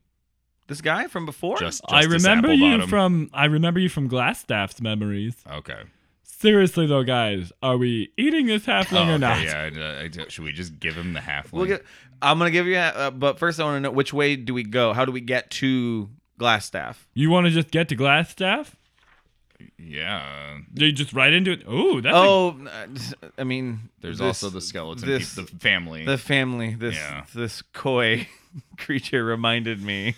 This guy from before?
Just,
I
Justice
remember you
Applebottom.
from I remember you from glass staff's memories.
Okay.
Seriously though, guys, are we eating this halfling
Oh,
or not?
okay, Yeah. I- I- I- should we just give him the half?
We'll get, I'm gonna give you. A, uh, but first, I want to know which way do we go? How do we get to Glassstaff?
You want to just get to glass staff?
yeah.
You just right into it. Ooh, that's a-
Oh, uh, I mean,
There's
this-
also the skeleton,
this-
peop- the family.
the family. This
Yeah.
this coy creature reminded me.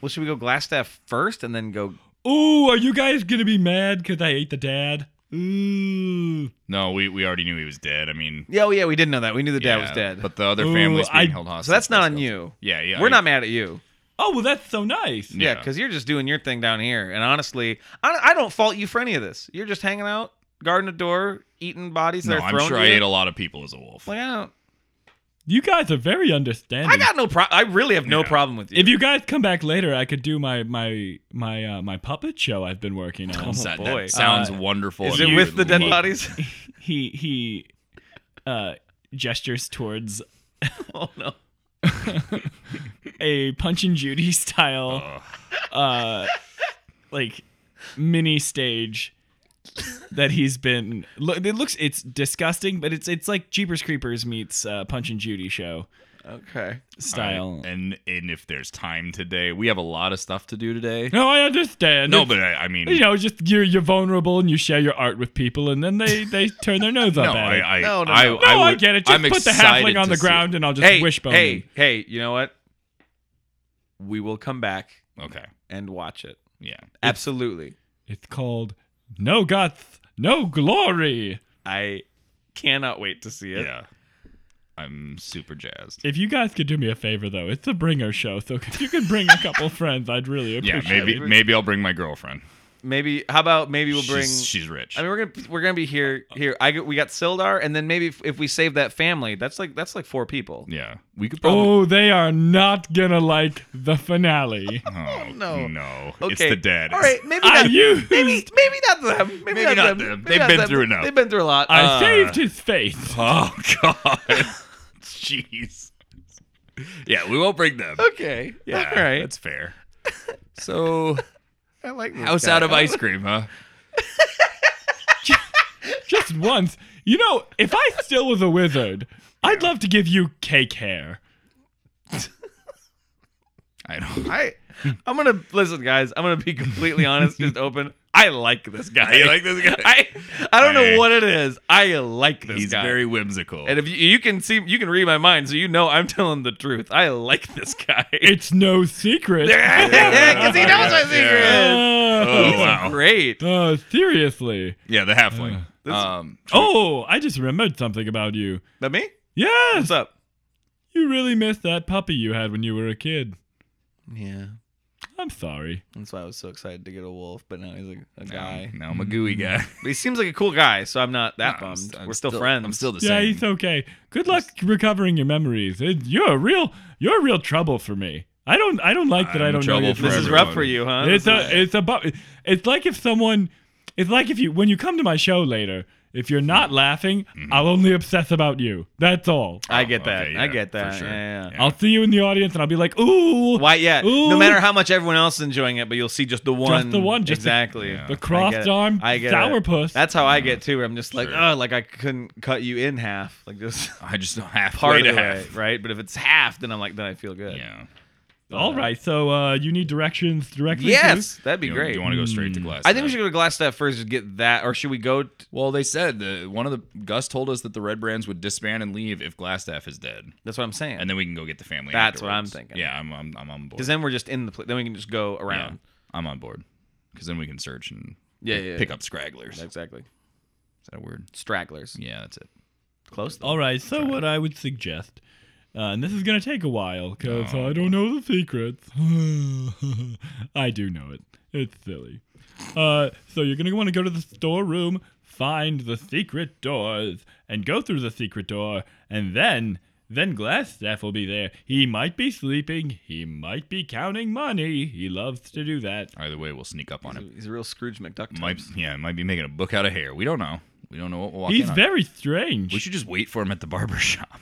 Well, should we go Glassstaff first and then go?
ooh. Are you guys gonna be mad because I ate the dad? Ooh,
no, we, we already knew he was dead. I mean,
Yeah, oh yeah, we didn't know that. We knew the dad was
yeah,
dead.
But the other
Ooh,
family's being
I-
held hostage.
so that's
by
not on
skeleton.
you.
Yeah. Yeah.
We're
I-
not mad at you.
oh well, that's so nice.
Yeah,
Yeah.
because you're just doing your thing down here. And honestly, I, I don't fault you for any of this. You're just hanging out, guarding a door, eating bodies
No,
that are
I'm
thrown.
sure
to
I
you.
ate a lot of people as a wolf.
Oh,
Like I don't.
You guys are very
I
understanding.
got no problem. I really have no
Yeah.
problem with you.
if you guys come back later, I could do my my my uh, my puppet show I've been working on.
That- that
boy.
sounds
Uh,
wonderful.
is
and
it
I
with
would
the dead
love-
bodies?
he he uh, gestures towards
oh no.
a Punch and Judy style,
Oh.
uh, like mini stage that he's been. Lo- it looks it's disgusting, but it's it's like Jeepers Creepers meets uh, Punch and Judy show
Okay.
style.
And and if there's time today, we have a lot of stuff to do today.
no, I understand.
No,
It's-
but I, I mean,
you know, just you're you're vulnerable and you share your art with people, and then they they turn their nose
no,
up at
I,
it.
I,
No, no,
I,
no.
no, I,
would-
get it. Just
I'm
put the
excited
halfling on
to
the
see
ground, and I'll just
Hey,
wishbone.
hey,
him.
hey! You know what? We will come back
it. Okay,
and watch it.
yeah.
Absolutely.
It's called No Guts, No Glory.
I cannot wait to see it.
Yeah. I'm super jazzed.
If you guys could do me a favor, though, it's a bringer show, so if you could bring a couple friends, I'd really
Yeah,
appreciate
maybe
it.
maybe I'll bring my girlfriend.
Maybe. How about maybe we'll bring.
she's, she's rich.
I mean, we're gonna we're gonna be here here. I get- we got Sildar, and then maybe if, if we save that family, that's like that's like four people.
yeah, we could probably.
Oh, they are not gonna like the finale.
Oh,
no.
no! It's
Okay.
the dead.
All right, maybe
I
not.
used.
Maybe maybe not them. Maybe,
Maybe not them. They've been
not
through enough.
They've been through a lot.
I
Uh,
saved his face.
Oh God! Jeez. Yeah, we won't bring them.
Okay.
Yeah,
All right.
that's fair. So,
I like this
house
guy.
out of ice cream, huh?
Just once. You know, if I still was a wizard, I'd love to give you cake hair.
I don't.
I I'm gonna listen, guys. I'm gonna be completely honest, just open. I like this guy.
You like this guy?
I I don't know
I-
what it is. I like this
He's
guy.
very whimsical.
and if you, you can see, you can read my mind, so you know I'm telling the truth. I like this guy.
It's no secret.
Because he knows my
Yeah.
secret.
Uh,
oh wow!
Great.
uh, seriously.
Yeah, the
Uh,
halfling. um,
Oh, I just remembered something about you.
That me?
Yes,
What's up?
you really missed that puppy you had when you were a kid.
Yeah.
I'm sorry.
That's why I was so excited to get a wolf, but now he's like a
now,
guy.
now I'm a
Mm-hmm.
gooey guy.
But he seems like a cool guy, so I'm not that
No, I'm
bummed.
st- I'm
We're still, friends.
I'm still the
Yeah,
same.
he's okay. Good luck recovering your memories. It- you're a real, you're a real trouble for me. I don't, I don't like that.
I'm
I don't know
trouble
your
for
This is
name.
rough for you, huh?
It's a, it's a, bu- it's like if someone, it's like if you, when you come to my show later, if you're not laughing, I'll only obsess about you. That's all.
Mm-hmm. I get
Oh,
that.
okay,
I
yeah,
get
for
that.
sure.
Yeah, yeah, yeah.
I'll see you in the audience, and I'll be like, ooh,
Why? Yeah. No
Ooh.
matter how much everyone else is enjoying it, but you'll see just the one.
the one, just the-
exactly.
Yeah.
the crossed arm
I get it.
sourpuss.
That's how I get too. where I'm just like,
Sure.
oh, like I couldn't cut you in half, like just
I just don't halfway
part of
to
the way,
half.
right? But if it's half, then I'm like, then I feel good.
Yeah.
All right, so uh, you need directions directly. to-
Yes, that'd be
You-
great.
You want to go straight to
Mm.
glass?
I think we
now?
should go to Glass Staff first to get that, or should we go? T-
Well, they said the one of the Gus told us that the Red Brands would disband and leave if Glassstaff is dead,
That's what I'm saying.
and then we can go get the family.
That's what
afterwards.
I'm thinking.
Yeah, I'm I'm, I'm on board.
Because then we're just in the. Pl- then we can just go
yeah,
around.
I'm on board. Because then we can search and
Yeah,
pick,
yeah,
pick
yeah.
up scragglers. Is
Exactly.
that a word?
Stragglers. Oh,
Yeah, that's it.
Close. Though.
All right, so what I would suggest, uh, and this is going to take a while because I don't know the secrets. I do know it. It's silly. Uh, so you're going to want to go to the storeroom, find the secret doors, and go through the secret door, and then. Then Glassstaff will be there. He might be sleeping. He might be counting money. He loves to do that.
Either way, we'll sneak up on him.
He's a real Scrooge McDuck.
Might yeah, might be making a book out of hair. We don't know. We don't know what we'll walk
He's
in on.
very strange.
We should just wait for him at the barber shop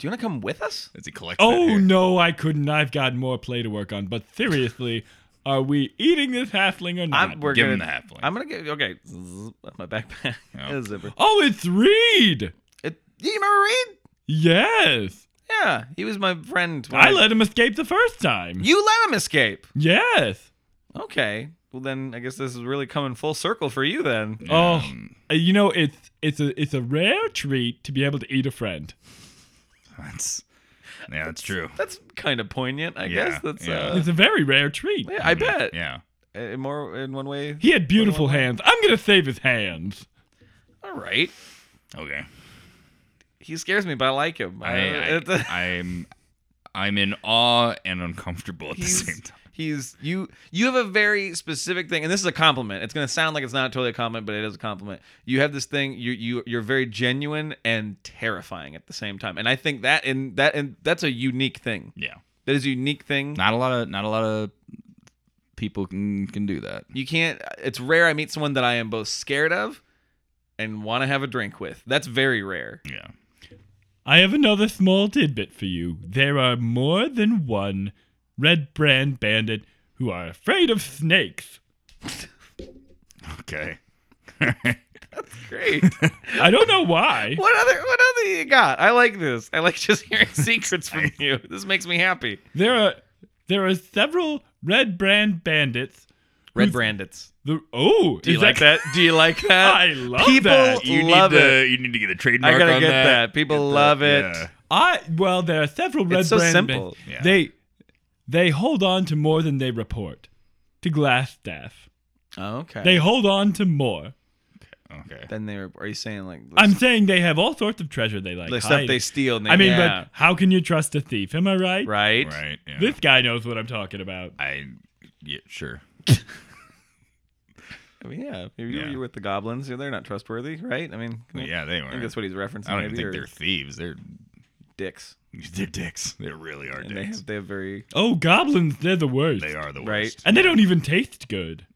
Do you want to come with us?
as he collects. that
Oh
hair.
no, I couldn't. I've got more play to work on. But seriously, are we eating this halfling or not?
I'm, we're
give
gonna,
him the halfling.
I'm gonna give. Okay, zzz, my backpack.
Oh.
a zipper.
oh, it's Reed.
It, you remember Reed?
Yes,
Yeah, he was my friend. when
I let him escape the first time.
you let him escape.
Yes.
Okay. Well, then I guess this is really coming full circle for you then.
Oh, uh, you know it's it's a it's a rare treat to be able to eat a friend.
That's yeah, that's true.
That's kind of poignant, I
Yeah,
guess. That's
yeah. Mm-hmm.
uh,
It's a very rare treat.
yeah, I bet.
Yeah,
Uh, more in one way.
He had beautiful hands. I'm gonna save his hands.
All right.
okay.
He scares me, but I like him. Uh,
I,
it's-
I, I'm I'm in awe and uncomfortable at the
he's,
same time.
he's you you have a very specific thing and this is a compliment it's going to sound like it's not totally a compliment but it is a compliment you have this thing you you you're very genuine and terrifying at the same time and i think that and that and that's a unique thing
Yeah,
that is a unique thing
not a lot of not a lot of people can can do that.
you can't it's rare i meet someone that i am both scared of and want to have a drink with that's very rare
Yeah,
I have another small tidbit for you. There are more than one red brand bandit who are afraid of snakes.
okay.
great
I don't know why.
what other what other you got i like this i like just hearing secrets from you this makes me happy
There are there are several red brand bandits.
red brandits
The oh,
do you like that do you like that Uh,
I love
people
that.
You
love
need
it
to you need to get a trademark.
I gotta
on
get
that.
that. People love it.
yeah.
I well, there are several red
It's so
brand
simple.
ban-
Yeah.
They they hold on to more than they report to Glassstaff.
Oh, okay.
They hold on to more.
Okay.
then they were, are you saying like the
I'm saying they have all sorts of treasure they like.
the stuff
hide.
they steal? And they,
I mean,
yeah.
but how can you trust a thief? Am I right?
right?
Right. Yeah.
This guy knows what I'm talking about.
I yeah sure.
I mean, Oh, yeah. Maybe
Yeah.
You're with the goblins. Yeah, they're not trustworthy, right? I mean,
Well, yeah, they
I
were.
think that's what he's referencing.
I don't even
maybe,
think
or
they're thieves. They're
dicks,
they're dicks. They really are
and they
dicks.
have they have very
Oh, goblins, they're the worst.
They are the
Right.
worst.
And they don't even taste good.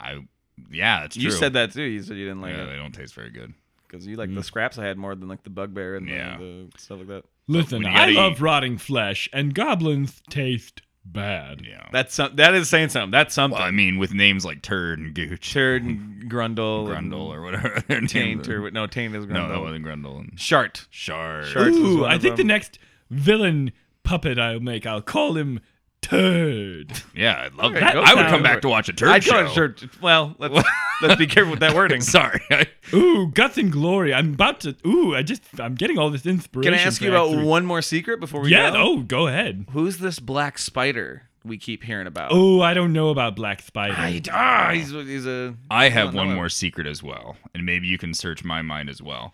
I yeah, that's true.
You said that too. You said you didn't like
yeah, they
it
don't taste very good.
because you like the scraps I had more than like the bugbear and the-
Yeah. Oh.
the, stuff like that.
Listen,
when you gotta
I love rotting flesh, and goblins taste bad.
Yeah.
That's some, that is saying something. That's something.
Well, I mean, with names like Turd and Gooch,
Turd and Grundle,
Grundle, or whatever. their names
and Taint,
are.
or no Taint is Grundle.
no, that wasn't Grundle and
Shart.
Shard.
Shard. Starts with
Ooh,
one
I
of
think the
them.
next villain puppet I'll make, I'll call him Turd.
Yeah, I love
Okay,
that.
go
I would
Turd.
come back to watch a Turd
I
show.
call it Shart. Well, let's, let's be careful with that wording.
Sorry. I-
Ooh, guts and glory. I'm about to. Ooh, I just I'm getting all this inspiration.
Can I ask
for
you about
Act Three.
one more secret before we
Yeah.
go?
Oh, go ahead.
Who's this black spider we keep hearing about?
Oh, I don't know about Black Spider.
I, ah, he's, he's a.
I have
no,
one
no.
more secret as well, and maybe you can search my mind as well.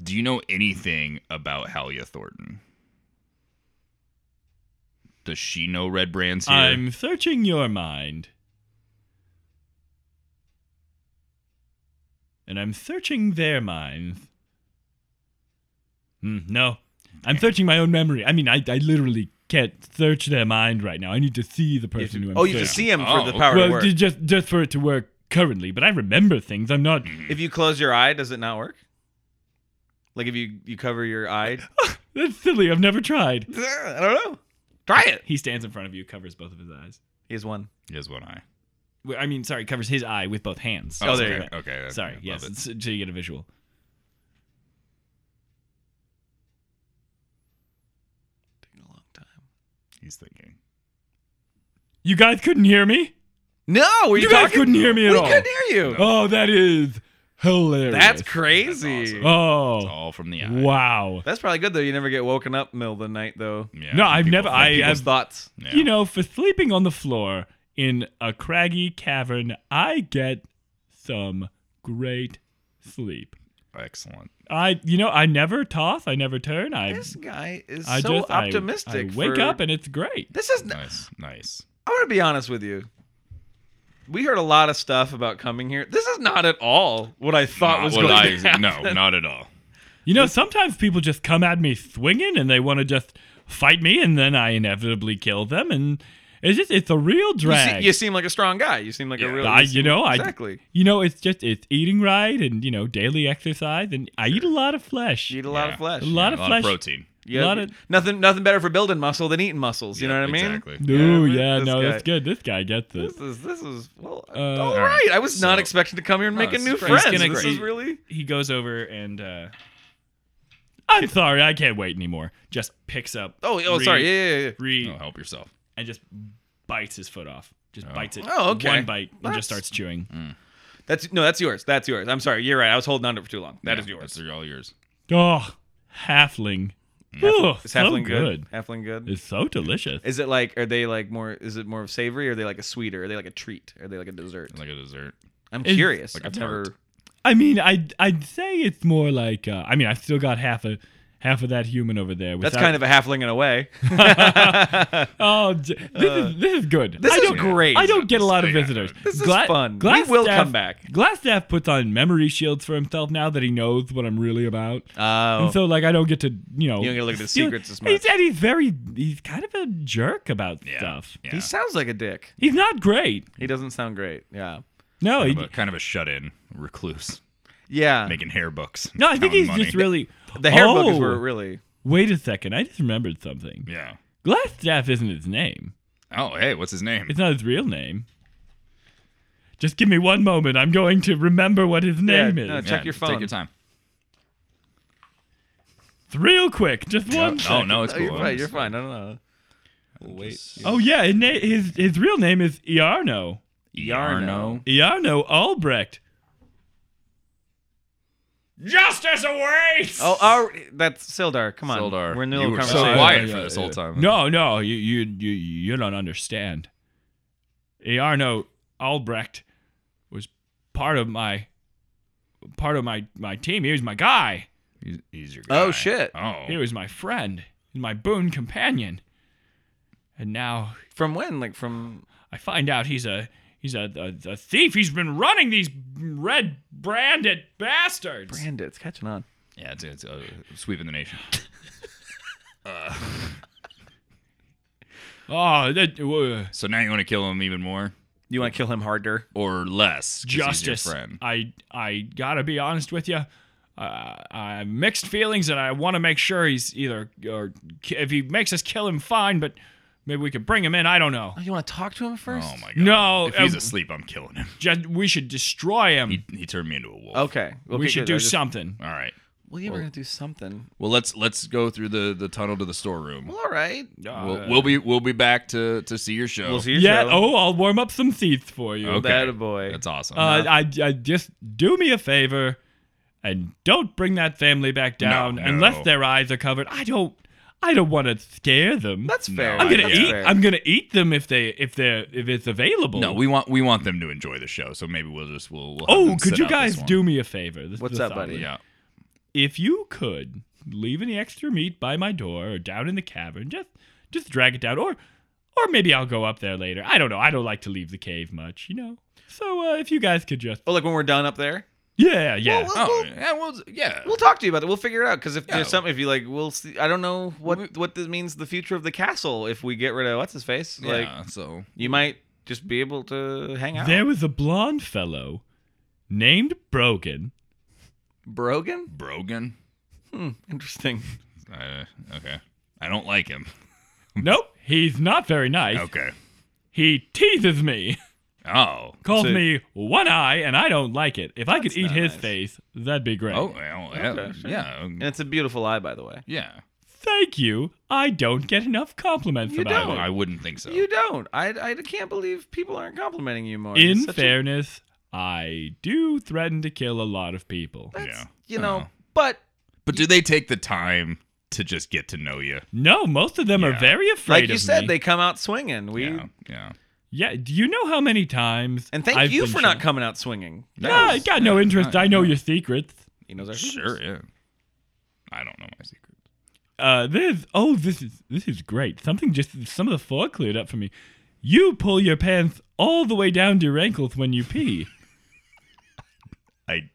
Do you know anything about Halia Thornton? Does she know Red Brands
Uh,
here?
I'm searching your mind. And I'm searching their minds. Hmm, no. I'm searching my own memory. I mean, I, I literally can't search their mind right now. I need to see the person who I'm
Oh, you
searching.
can see him
Oh,
for the power
well,
to work.
ju- just just for it to work currently, but I remember things. I'm not.
if you close your eye, does it not work? Like if you, you cover your eye?
That's silly. I've never tried.
I don't know. Try it.
He stands in front of you, covers both of his eyes.
He has one.
He has one eye.
Well, I mean, sorry, covers his eye with both hands.
Oh, there you
okay. Okay.
Sorry.
love
Yes.
it.
it's- So you get a visual.
Taking a long time.
He's thinking.
You guys couldn't hear me.
No, were you,
You guys
talking?
couldn't hear me at
we
all.
couldn't hear you.
Oh, that is hilarious.
That's crazy.
awesome. It's
Oh,
all from the eye.
wow.
That's probably good though. You never get woken up middle of the night though.
Yeah,
No, I've
people
never.
think-
I
People's
have.
thoughts.
yeah.
You know, for sleeping on the floor in a craggy cavern, I get some great sleep.
Excellent.
I, you know, I never toss. I never turn. I,
This guy is
I
so
just I-
optimistic.
I, wake
for-
up and it's great.
This is.
Nice. Nice.
I want to be honest with you. We heard a lot of stuff about coming here. This is not at all what I thought
Not
was
what
going
I-
to happen.
No, not at all.
You know, sometimes people just come at me swinging and they want to just fight me, and then I inevitably kill them, and it's just it's a real
You, se-
drag.
you seem like a strong guy. You seem like a real.
I,
seem-
you know, I-
exactly.
You know, it's just it's eating right, and you know, daily exercise, and I eat a lot of flesh,
You eat a lot
Yeah.
of flesh.
a lot
A
of
lot
flesh.
of protein.
Yeah,
lot of-
nothing, nothing better for building muscle than eating muscles. You know what I mean?
Exactly.
Ooh,
Yeah,
yeah,
this
no,
guy-
that's good. This guy gets it.
This is this is well.
Uh,
all
all
right. I was not
So- uh,
expecting to come here and make a
it's
new
great.
friend.
He's gonna
This is
great.
really.
He goes over and uh I'm sorry, I can't wait anymore. Just picks up
Oh, oh,
Reed-
sorry. Yeah, yeah, yeah.
Reed
Oh, help yourself.
and just bites his foot off. Just
Oh. Mm.
bites it.
Oh, okay.
One bite and
That's-
just starts chewing.
That's no, that's yours. That's yours. I'm sorry. You're right. I was holding on to it for too long. That
Yeah,
is yours.
That's all yours.
Oh, halfling. Ugh,
Is
so
halfling good?
good.
Halfling good.
It's so delicious.
Is it like? Are they like more? Is it more of savory? Or are they like a sweeter? Are they like a treat? Are they like a dessert?
Like a dessert.
I'm
It's-
curious.
Like a
I've never.
tart.
I mean, I'd I'd say it's more like uh, I mean, I still got half a half of that human over there.
That's kind of a halfling in a way.
oh, j- this is this is good.
uh, This
I
is
don't,
great.
I don't get a lot of
Yeah.
visitors.
This is fun. We will come back.
Glassstaff puts on memory shields for himself now that he knows what I'm really about.
Oh,
And so, like, I don't get to, you know.
You don't get to look at the
steal-
secrets as much.
He's, and he's very, he's kind of a jerk about
Yeah.
stuff.
Yeah.
he sounds like a dick.
He's not great.
He doesn't sound great. Yeah. Oh,
No, he,
kind, of a, kind of a shut-in recluse,
Yeah.
making hair books.
no, I think
counting
he's
money.
just really.
The hair
oh,
book is where it really.
Wait a second. I just remembered something.
Yeah.
Glassstaff isn't his name,
Oh, hey, what's his name?
it's not his real name. Just give me one moment. I'm going to remember what his name
no,
is.
check your phone.
Take your time.
It's real quick. Just
No,
one.
no,
second.
no, it's
Oh,
cool.
you're fine. You're fine. I don't know.
Wait.
Oh yeah, his, na- his his real name is Iarno.
Yarno.
Iarno Albrecht. Justice awaits.
Oh, our, that's Sildar. Come on.
Sildar.
We're in the
you
middle of
were
a
so
conversation.
quiet
Yeah,
for
yeah,
this
yeah.
whole time.
No, no, you you you you don't understand. Iarno Albrecht was part of my part of my my team. He was my guy.
He's, he's your guy.
Oh, shit.
Oh.
He was my friend, my boon companion. And now
From when? Like from
I find out he's a he's a, a, a thief. He's been running these red branded bastards.
Bandits. Catching on.
Yeah, it's, it's uh, sweeping the nation.
Oh, that, uh,
So now you want to kill him even more
You want to kill him harder?
or less? 'cause He's your
justice.
friend.
I I gotta be honest with you. Uh, I have mixed feelings, and I want to make sure he's either or ki- if he makes us kill him, fine. But maybe we could bring him in. I don't know.
Oh, you want to talk to him first?
Oh my god.
No,
If he's
um,
asleep, I'm killing him.
Just, we should destroy him.
He, he turned me into a wolf.
Okay. okay
we should
good.
do
I just-
something.
All right.
Well, yeah, we're gonna do something.
Well, let's let's go through the the tunnel to the storeroom.
Well, all right.
We'll, we'll be we'll be back to to see your show.
We'll see you.
yeah. Oh, I'll warm up some seats for you.
oh, Okay.
that a boy.
That's awesome.
Oh.
Uh, I, I just do me a favor and don't bring that family back down
no.
unless their eyes are covered. I don't I don't want to scare them.
That's fair.
I'm
yeah.
gonna
That's
eat.
fair.
I'm gonna eat them if they if they are if it's available.
no, we want we want them to enjoy the show, so maybe we'll just we'll. we'll have
Oh,
them
could
sit
you
out this
guys
one.
do me a favor? This is
What's
a
up,
solid-
buddy?
Yeah.
If you could leave any extra meat by my door or down in the cavern, just just drag it down, or or maybe I'll go up there later. I don't know. I don't like to leave the cave much, you know. So uh, if you guys could just
Oh, like when we're done up there.
yeah yeah.
Well, we'll,
Oh,
we'll,
yeah. Well, yeah.
we'll talk to you about it. We'll figure it out. Because if
Yeah.
there's something, if you like, we'll see. I don't know what what this means the future of the castle if we get rid of what's his face. Like
yeah. So
you might just be able to hang out.
There was a blonde fellow named Brogan.
Brogan.
Brogan.
Hmm, interesting.
Uh, okay. I don't like him.
Hmm.
Nope, he's not very nice.
Okay.
He teases me,
Oh.
calls
So-
me one eye, and I don't like it. If I could
That's
eat
not
his
nice.
face, that'd be great.
Oh. Well, yeah.
Okay, sure.
Yeah. um,
And it's a beautiful eye, by the way.
yeah.
Thank you. I don't get enough compliments
You
about
don't.
I wouldn't think so.
You don't. I, I can't believe people aren't complimenting you more.
it.
You're
In
such a-
fairness, I do threaten to kill a lot of people.
that's,
Yeah.
You know,
Uh-huh.
but
But do they take the time to just get to know you?
No, most of them are
Yeah.
very afraid
like you
of
said,
me.
they come out swinging. We
yeah. Yeah.
yeah, do you know how many times?
and thank
I've
you
been
for not
shot-
coming out swinging.
Nah, I got no interest. I know your secrets.
He knows our
Sure, yeah. I don't know my secret.
Uh, this oh, this is this is great. Something just some of the thought cleared up for me. You pull your pants all the way down to your ankles when you pee.
I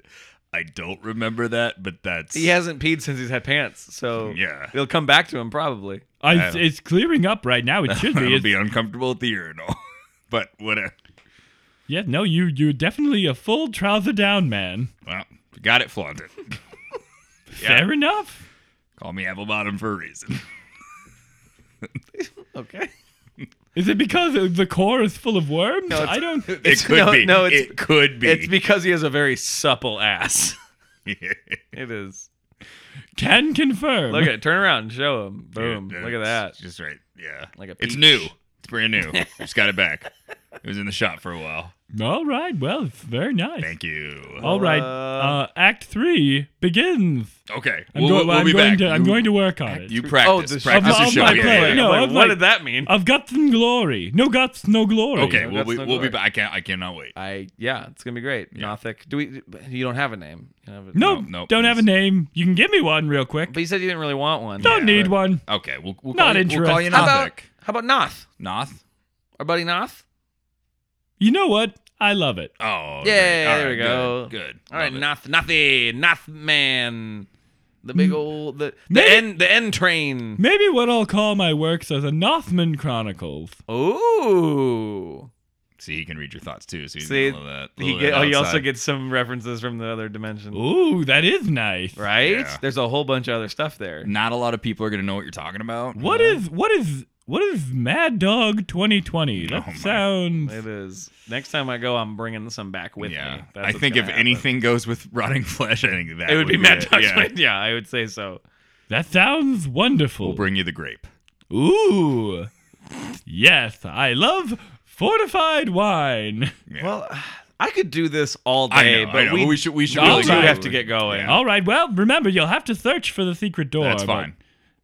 I don't remember that, but that's
He hasn't peed since he's had pants, so
Yeah.
it'll come back to him probably.
I, it's clearing up right now. It should be.
It'll
It's-
be uncomfortable at the urinal, but whatever.
yeah, no, you you're definitely a full trouser down man.
Well, you got it flaunted.
Fair enough.
Call me apple bottom for a reason.
Okay.
Is it because the core is full of worms?
it's-
I don't.
It's-
it could
no-
be.
no, it's-
it could be.
It's because he has a very supple ass. it is.
Can confirm.
Look at it. Turn around. Show him. Boom.
Yeah,
Look at
it's
that.
Just right. Yeah.
Like a
It's
peach.
new. It's brand new. just got it back. It was in the shop for a while.
All right. Well, it's very nice.
Thank you.
All right.
Uh,
Uh, act three begins.
Okay.
I'm,
we'll,
go-
we'll
I'm
be
going
back.
to. I'm
you,
going to work on it.
you practice.
Oh, the
practice
show.
the show.
Of my
Yeah,
play.
yeah, yeah.
No,
Wait,
I
what
was like-
did that mean?
I've got some glory. No guts, no glory.
Okay. We'll
that's
be
no
we'll
glory.
be back. I can't I cannot wait.
I yeah, it's gonna be great. Nothic. Do we? You don't have a name. You don't have a-
No,
No, no,
don't have a
please.
name. You can give me one real quick.
But you said you didn't really want one.
don't need
But-
one.
Okay. We'll, we'll
Not
call you, We'll call you
How about
Nothic.
how about Noth?
Noth.
Our buddy Noth.
You know what? I love it.
Oh.
Yeah,
great.
yeah,
All
there
right,
we go.
Good. good.
All right,
Love it.
Noth, Nothy, Noth man. The big old the the
Maybe-
end the end train.
Maybe what I'll call my works are the Nothman Chronicles.
Ooh.
See, he can read your thoughts too. So you
See,
See, that.
He
little
get,
bit
oh, he also
outside.
gets some references from the other dimension.
Ooh, that is nice.
Right?
Yeah.
There's a whole bunch of other stuff there.
Not a lot of people are gonna know what you're talking about.
What is what is what is Mad Dog 2020? That
Oh my.
sounds
It is. Next time I go, I'm bringing some back with
yeah,
me. That's
I
what's
think if
gonna happen.
anything goes with rotting flesh, I think that
it would be Mad
it.
Dog.
Yeah.
Yeah. I would say so.
that sounds wonderful.
We'll bring you the grape.
Ooh. yes, I love fortified wine.
Yeah.
Well, I could do this all
I
day,
know, I
but
know,
we,
but we should- we should
we
really
do
go.
have to get going.
Yeah.
All right. Well, remember you'll have to search for the secret door.
That's
but
fine.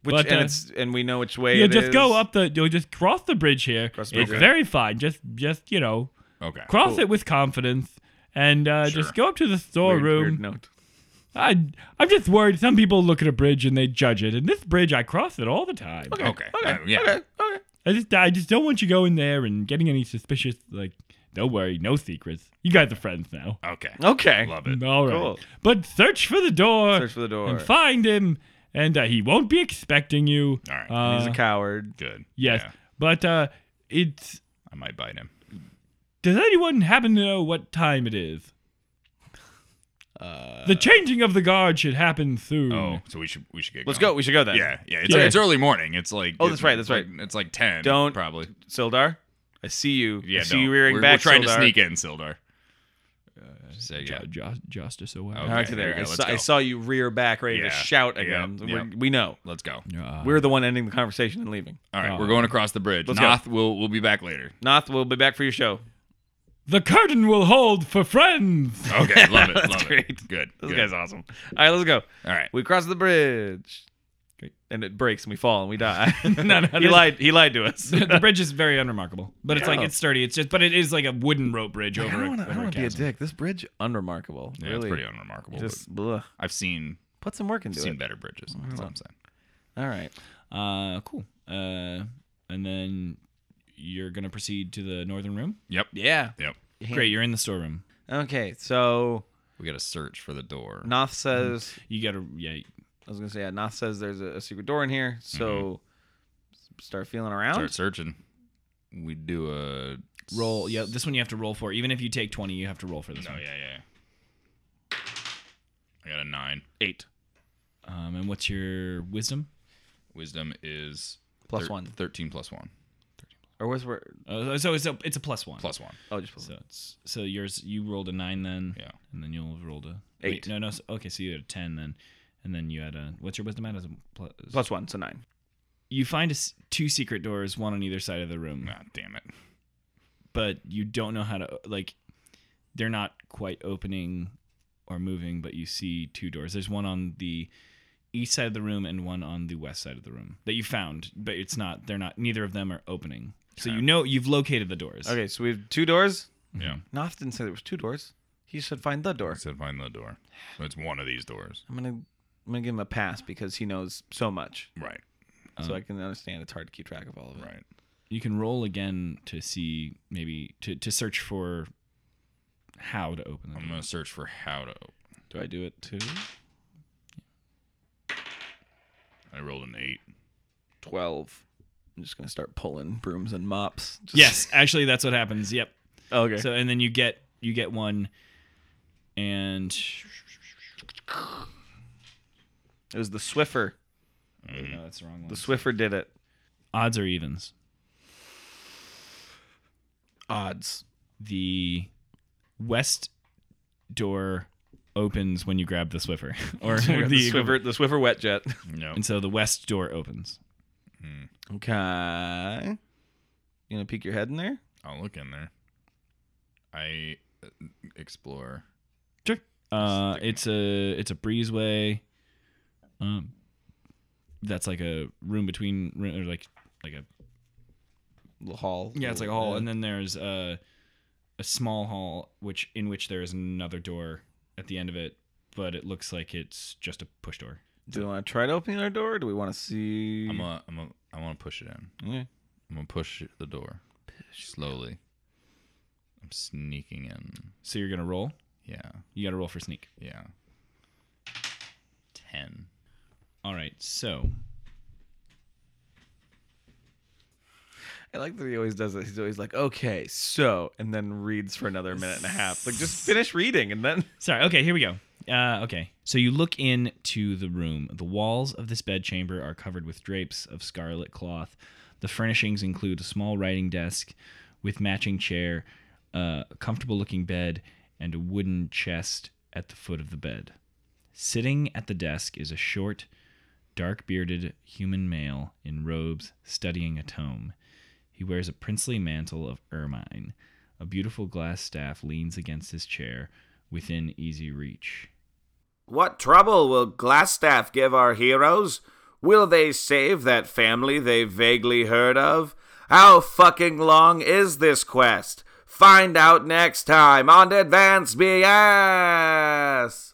Which,
But,
and
uh,
it's and we know which way
You'll
it
just go
is.
up the. You'll just cross the bridge here.
the bridge.
It's very fine. Just, just you know,
Okay.
cross it with confidence, and uh,
Sure.
just go up to the
Weird-
storeroom.
weird note.
I, I'm just worried. Some people look at a bridge and they judge it, and this bridge I cross it all the time.
Okay. Okay. Uh, yeah.
I just, I just don't want you going there and getting any suspicious. Like, don't worry, no secrets. You guys are friends now.
Okay.
Okay.
Love it.
All right,
Cool.
but search for the door
Search for the door.
and find him, and uh, he won't be expecting you.
All right.
Uh,
He's a coward.
Good.
Yes,
Yeah.
but uh, it's.
I might bite him.
Does anyone happen to know what time it is? the changing of the guard should happen soon.
Oh, so we should we should get.
Hmm. Let's
going.
go. We should go then.
Yeah. Yeah. It's,
Yeah.
it's early morning. It's like.
Oh,
it's
that's right, that's right.
like- It's like ten.
Don't-
probably.
Sildar, I see you.
Yeah.
I see
don't.
you rearing
we're,
back.
We're trying
Sildar.
to sneak in, Sildar. So, yeah.
justice away.
Okay.
All right, to there.
there we
I,
go,
saw,
let's
I
go.
saw you rear back, ready
Yeah,
to shout
yep,
again.
yep.
We're- We know.
Let's go.
Uh,
We're the one ending the conversation and leaving.
All right.
Oh.
We're going across the bridge.
Let's go.
Noth, we'll we'll be back later.
Noth, we'll be back for your show.
the curtain will hold for friends.
Okay. Love it.
That's
love
great.
it. Good.
This
good.
guy's awesome. All right, let's go.
All right.
We cross the bridge. And it breaks and we fall and we die. no, no, he
this-
lied. He lied to us.
the bridge is very unremarkable, but it's like
Yeah.
it's sturdy. It's just, but it is like a wooden rope bridge
I
over.
don't
a- over
want
a
to be a
chasm.
dick. This bridge, unremarkable.
Yeah,
really.
it's pretty unremarkable. but
Just bleh.
I've seen
put some work into
seen
it.
better bridges. That's all I'm saying.
All right.
Uh, cool. Uh, and then you're gonna proceed to the northern room.
Yep.
Yeah.
Yep.
Great, you're in the storeroom.
Okay. So
We gotta search for the door.
Noth says,
You gotta yeah.
I was gonna say, yeah, Noth says there's a, a secret door in here. So
Mm-hmm.
s- start feeling around.
Start searching. We do a
Roll. Yeah, this one you have to roll for. Even if you take twenty, you have to roll for this
No,
one.
yeah, yeah. I got a nine.
Eight.
Um, and what's your wisdom?
Wisdom is
Plus one.
Thirteen plus one.
Or was where?
Uh, so it's a it's a plus one.
Plus one.
Oh, just plus
So it's so yours. You rolled a nine then.
Yeah.
And then you'll have rolled a
Eight.
Wait, no, no. so- okay, so you had a ten then, and then you had a what's your wisdom at? As a plus.
plus one, so nine.
You find a s two secret doors, one on either side of the room,
Ah, damn it.
but you don't know how to like. They're not quite opening or moving, but you see two doors. There's one on the east side of the room and one on the west side of the room that you found, but it's not. They're not. Neither of them are opening. So you know you've located the doors.
Okay, so we have two doors.
Yeah.
Noth didn't say there was two doors. He should find the door.
Said find the door. It's one of these doors.
I'm gonna I'm gonna give him a pass because he knows so much.
Right.
so I can understand it's hard to keep track of all of it.
Right.
You can roll again to see maybe to, to search for how to open
I'm
them.
gonna search for how to. open.
Um, Do I do it too?
I rolled an eight.
Twelve. I'm just gonna start pulling brooms and mops. Just,
Yes, actually that's what happens. Yep.
Okay.
So and then you get you get one and
it was the Swiffer.
no, that's the wrong one.
The Swiffer did it.
Odds or evens.
Odds.
The west door opens when you grab the Swiffer. or
The,
the
Swiffer. The Swiffer wet jet.
No.
And so the west door opens.
Okay. You gonna peek your head in there?
I'll look in there. I uh, explore.
Uh, it's a it's a breezeway. Um, that's like a room between room- or like like a
The hall.
yeah, it's like a hall, and then there's a a small hall which in which there is another door at the end of it, but it looks like it's just a push door.
Do we want to try to open our door? Or do we want to see?
I'm a, I'm a, I want to push it in.
Hmm. Okay.
I'm gonna push the door slowly. I'm sneaking in.
So you're gonna roll.
Yeah.
You gotta roll for sneak.
Yeah. Ten.
All right, so
I like that he always does it. He's always like, okay, so, and then reads for another minute and a half. Like, just finish reading and then.
Sorry. Okay, here we go. Uh, okay. So you look into the room. The walls of this bedchamber are covered with drapes of scarlet cloth. The furnishings include a small writing desk with matching chair, uh, a comfortable looking bed, and a wooden chest at the foot of the bed. Sitting at the desk is a short, dark bearded human male in robes studying a tome. He wears a princely mantle of ermine. A beautiful glass staff leans against his chair within easy reach.
What trouble will Glassstaff give our heroes? Will they save that family they vaguely heard of? How fucking long is this quest? Find out next time on Advance BS!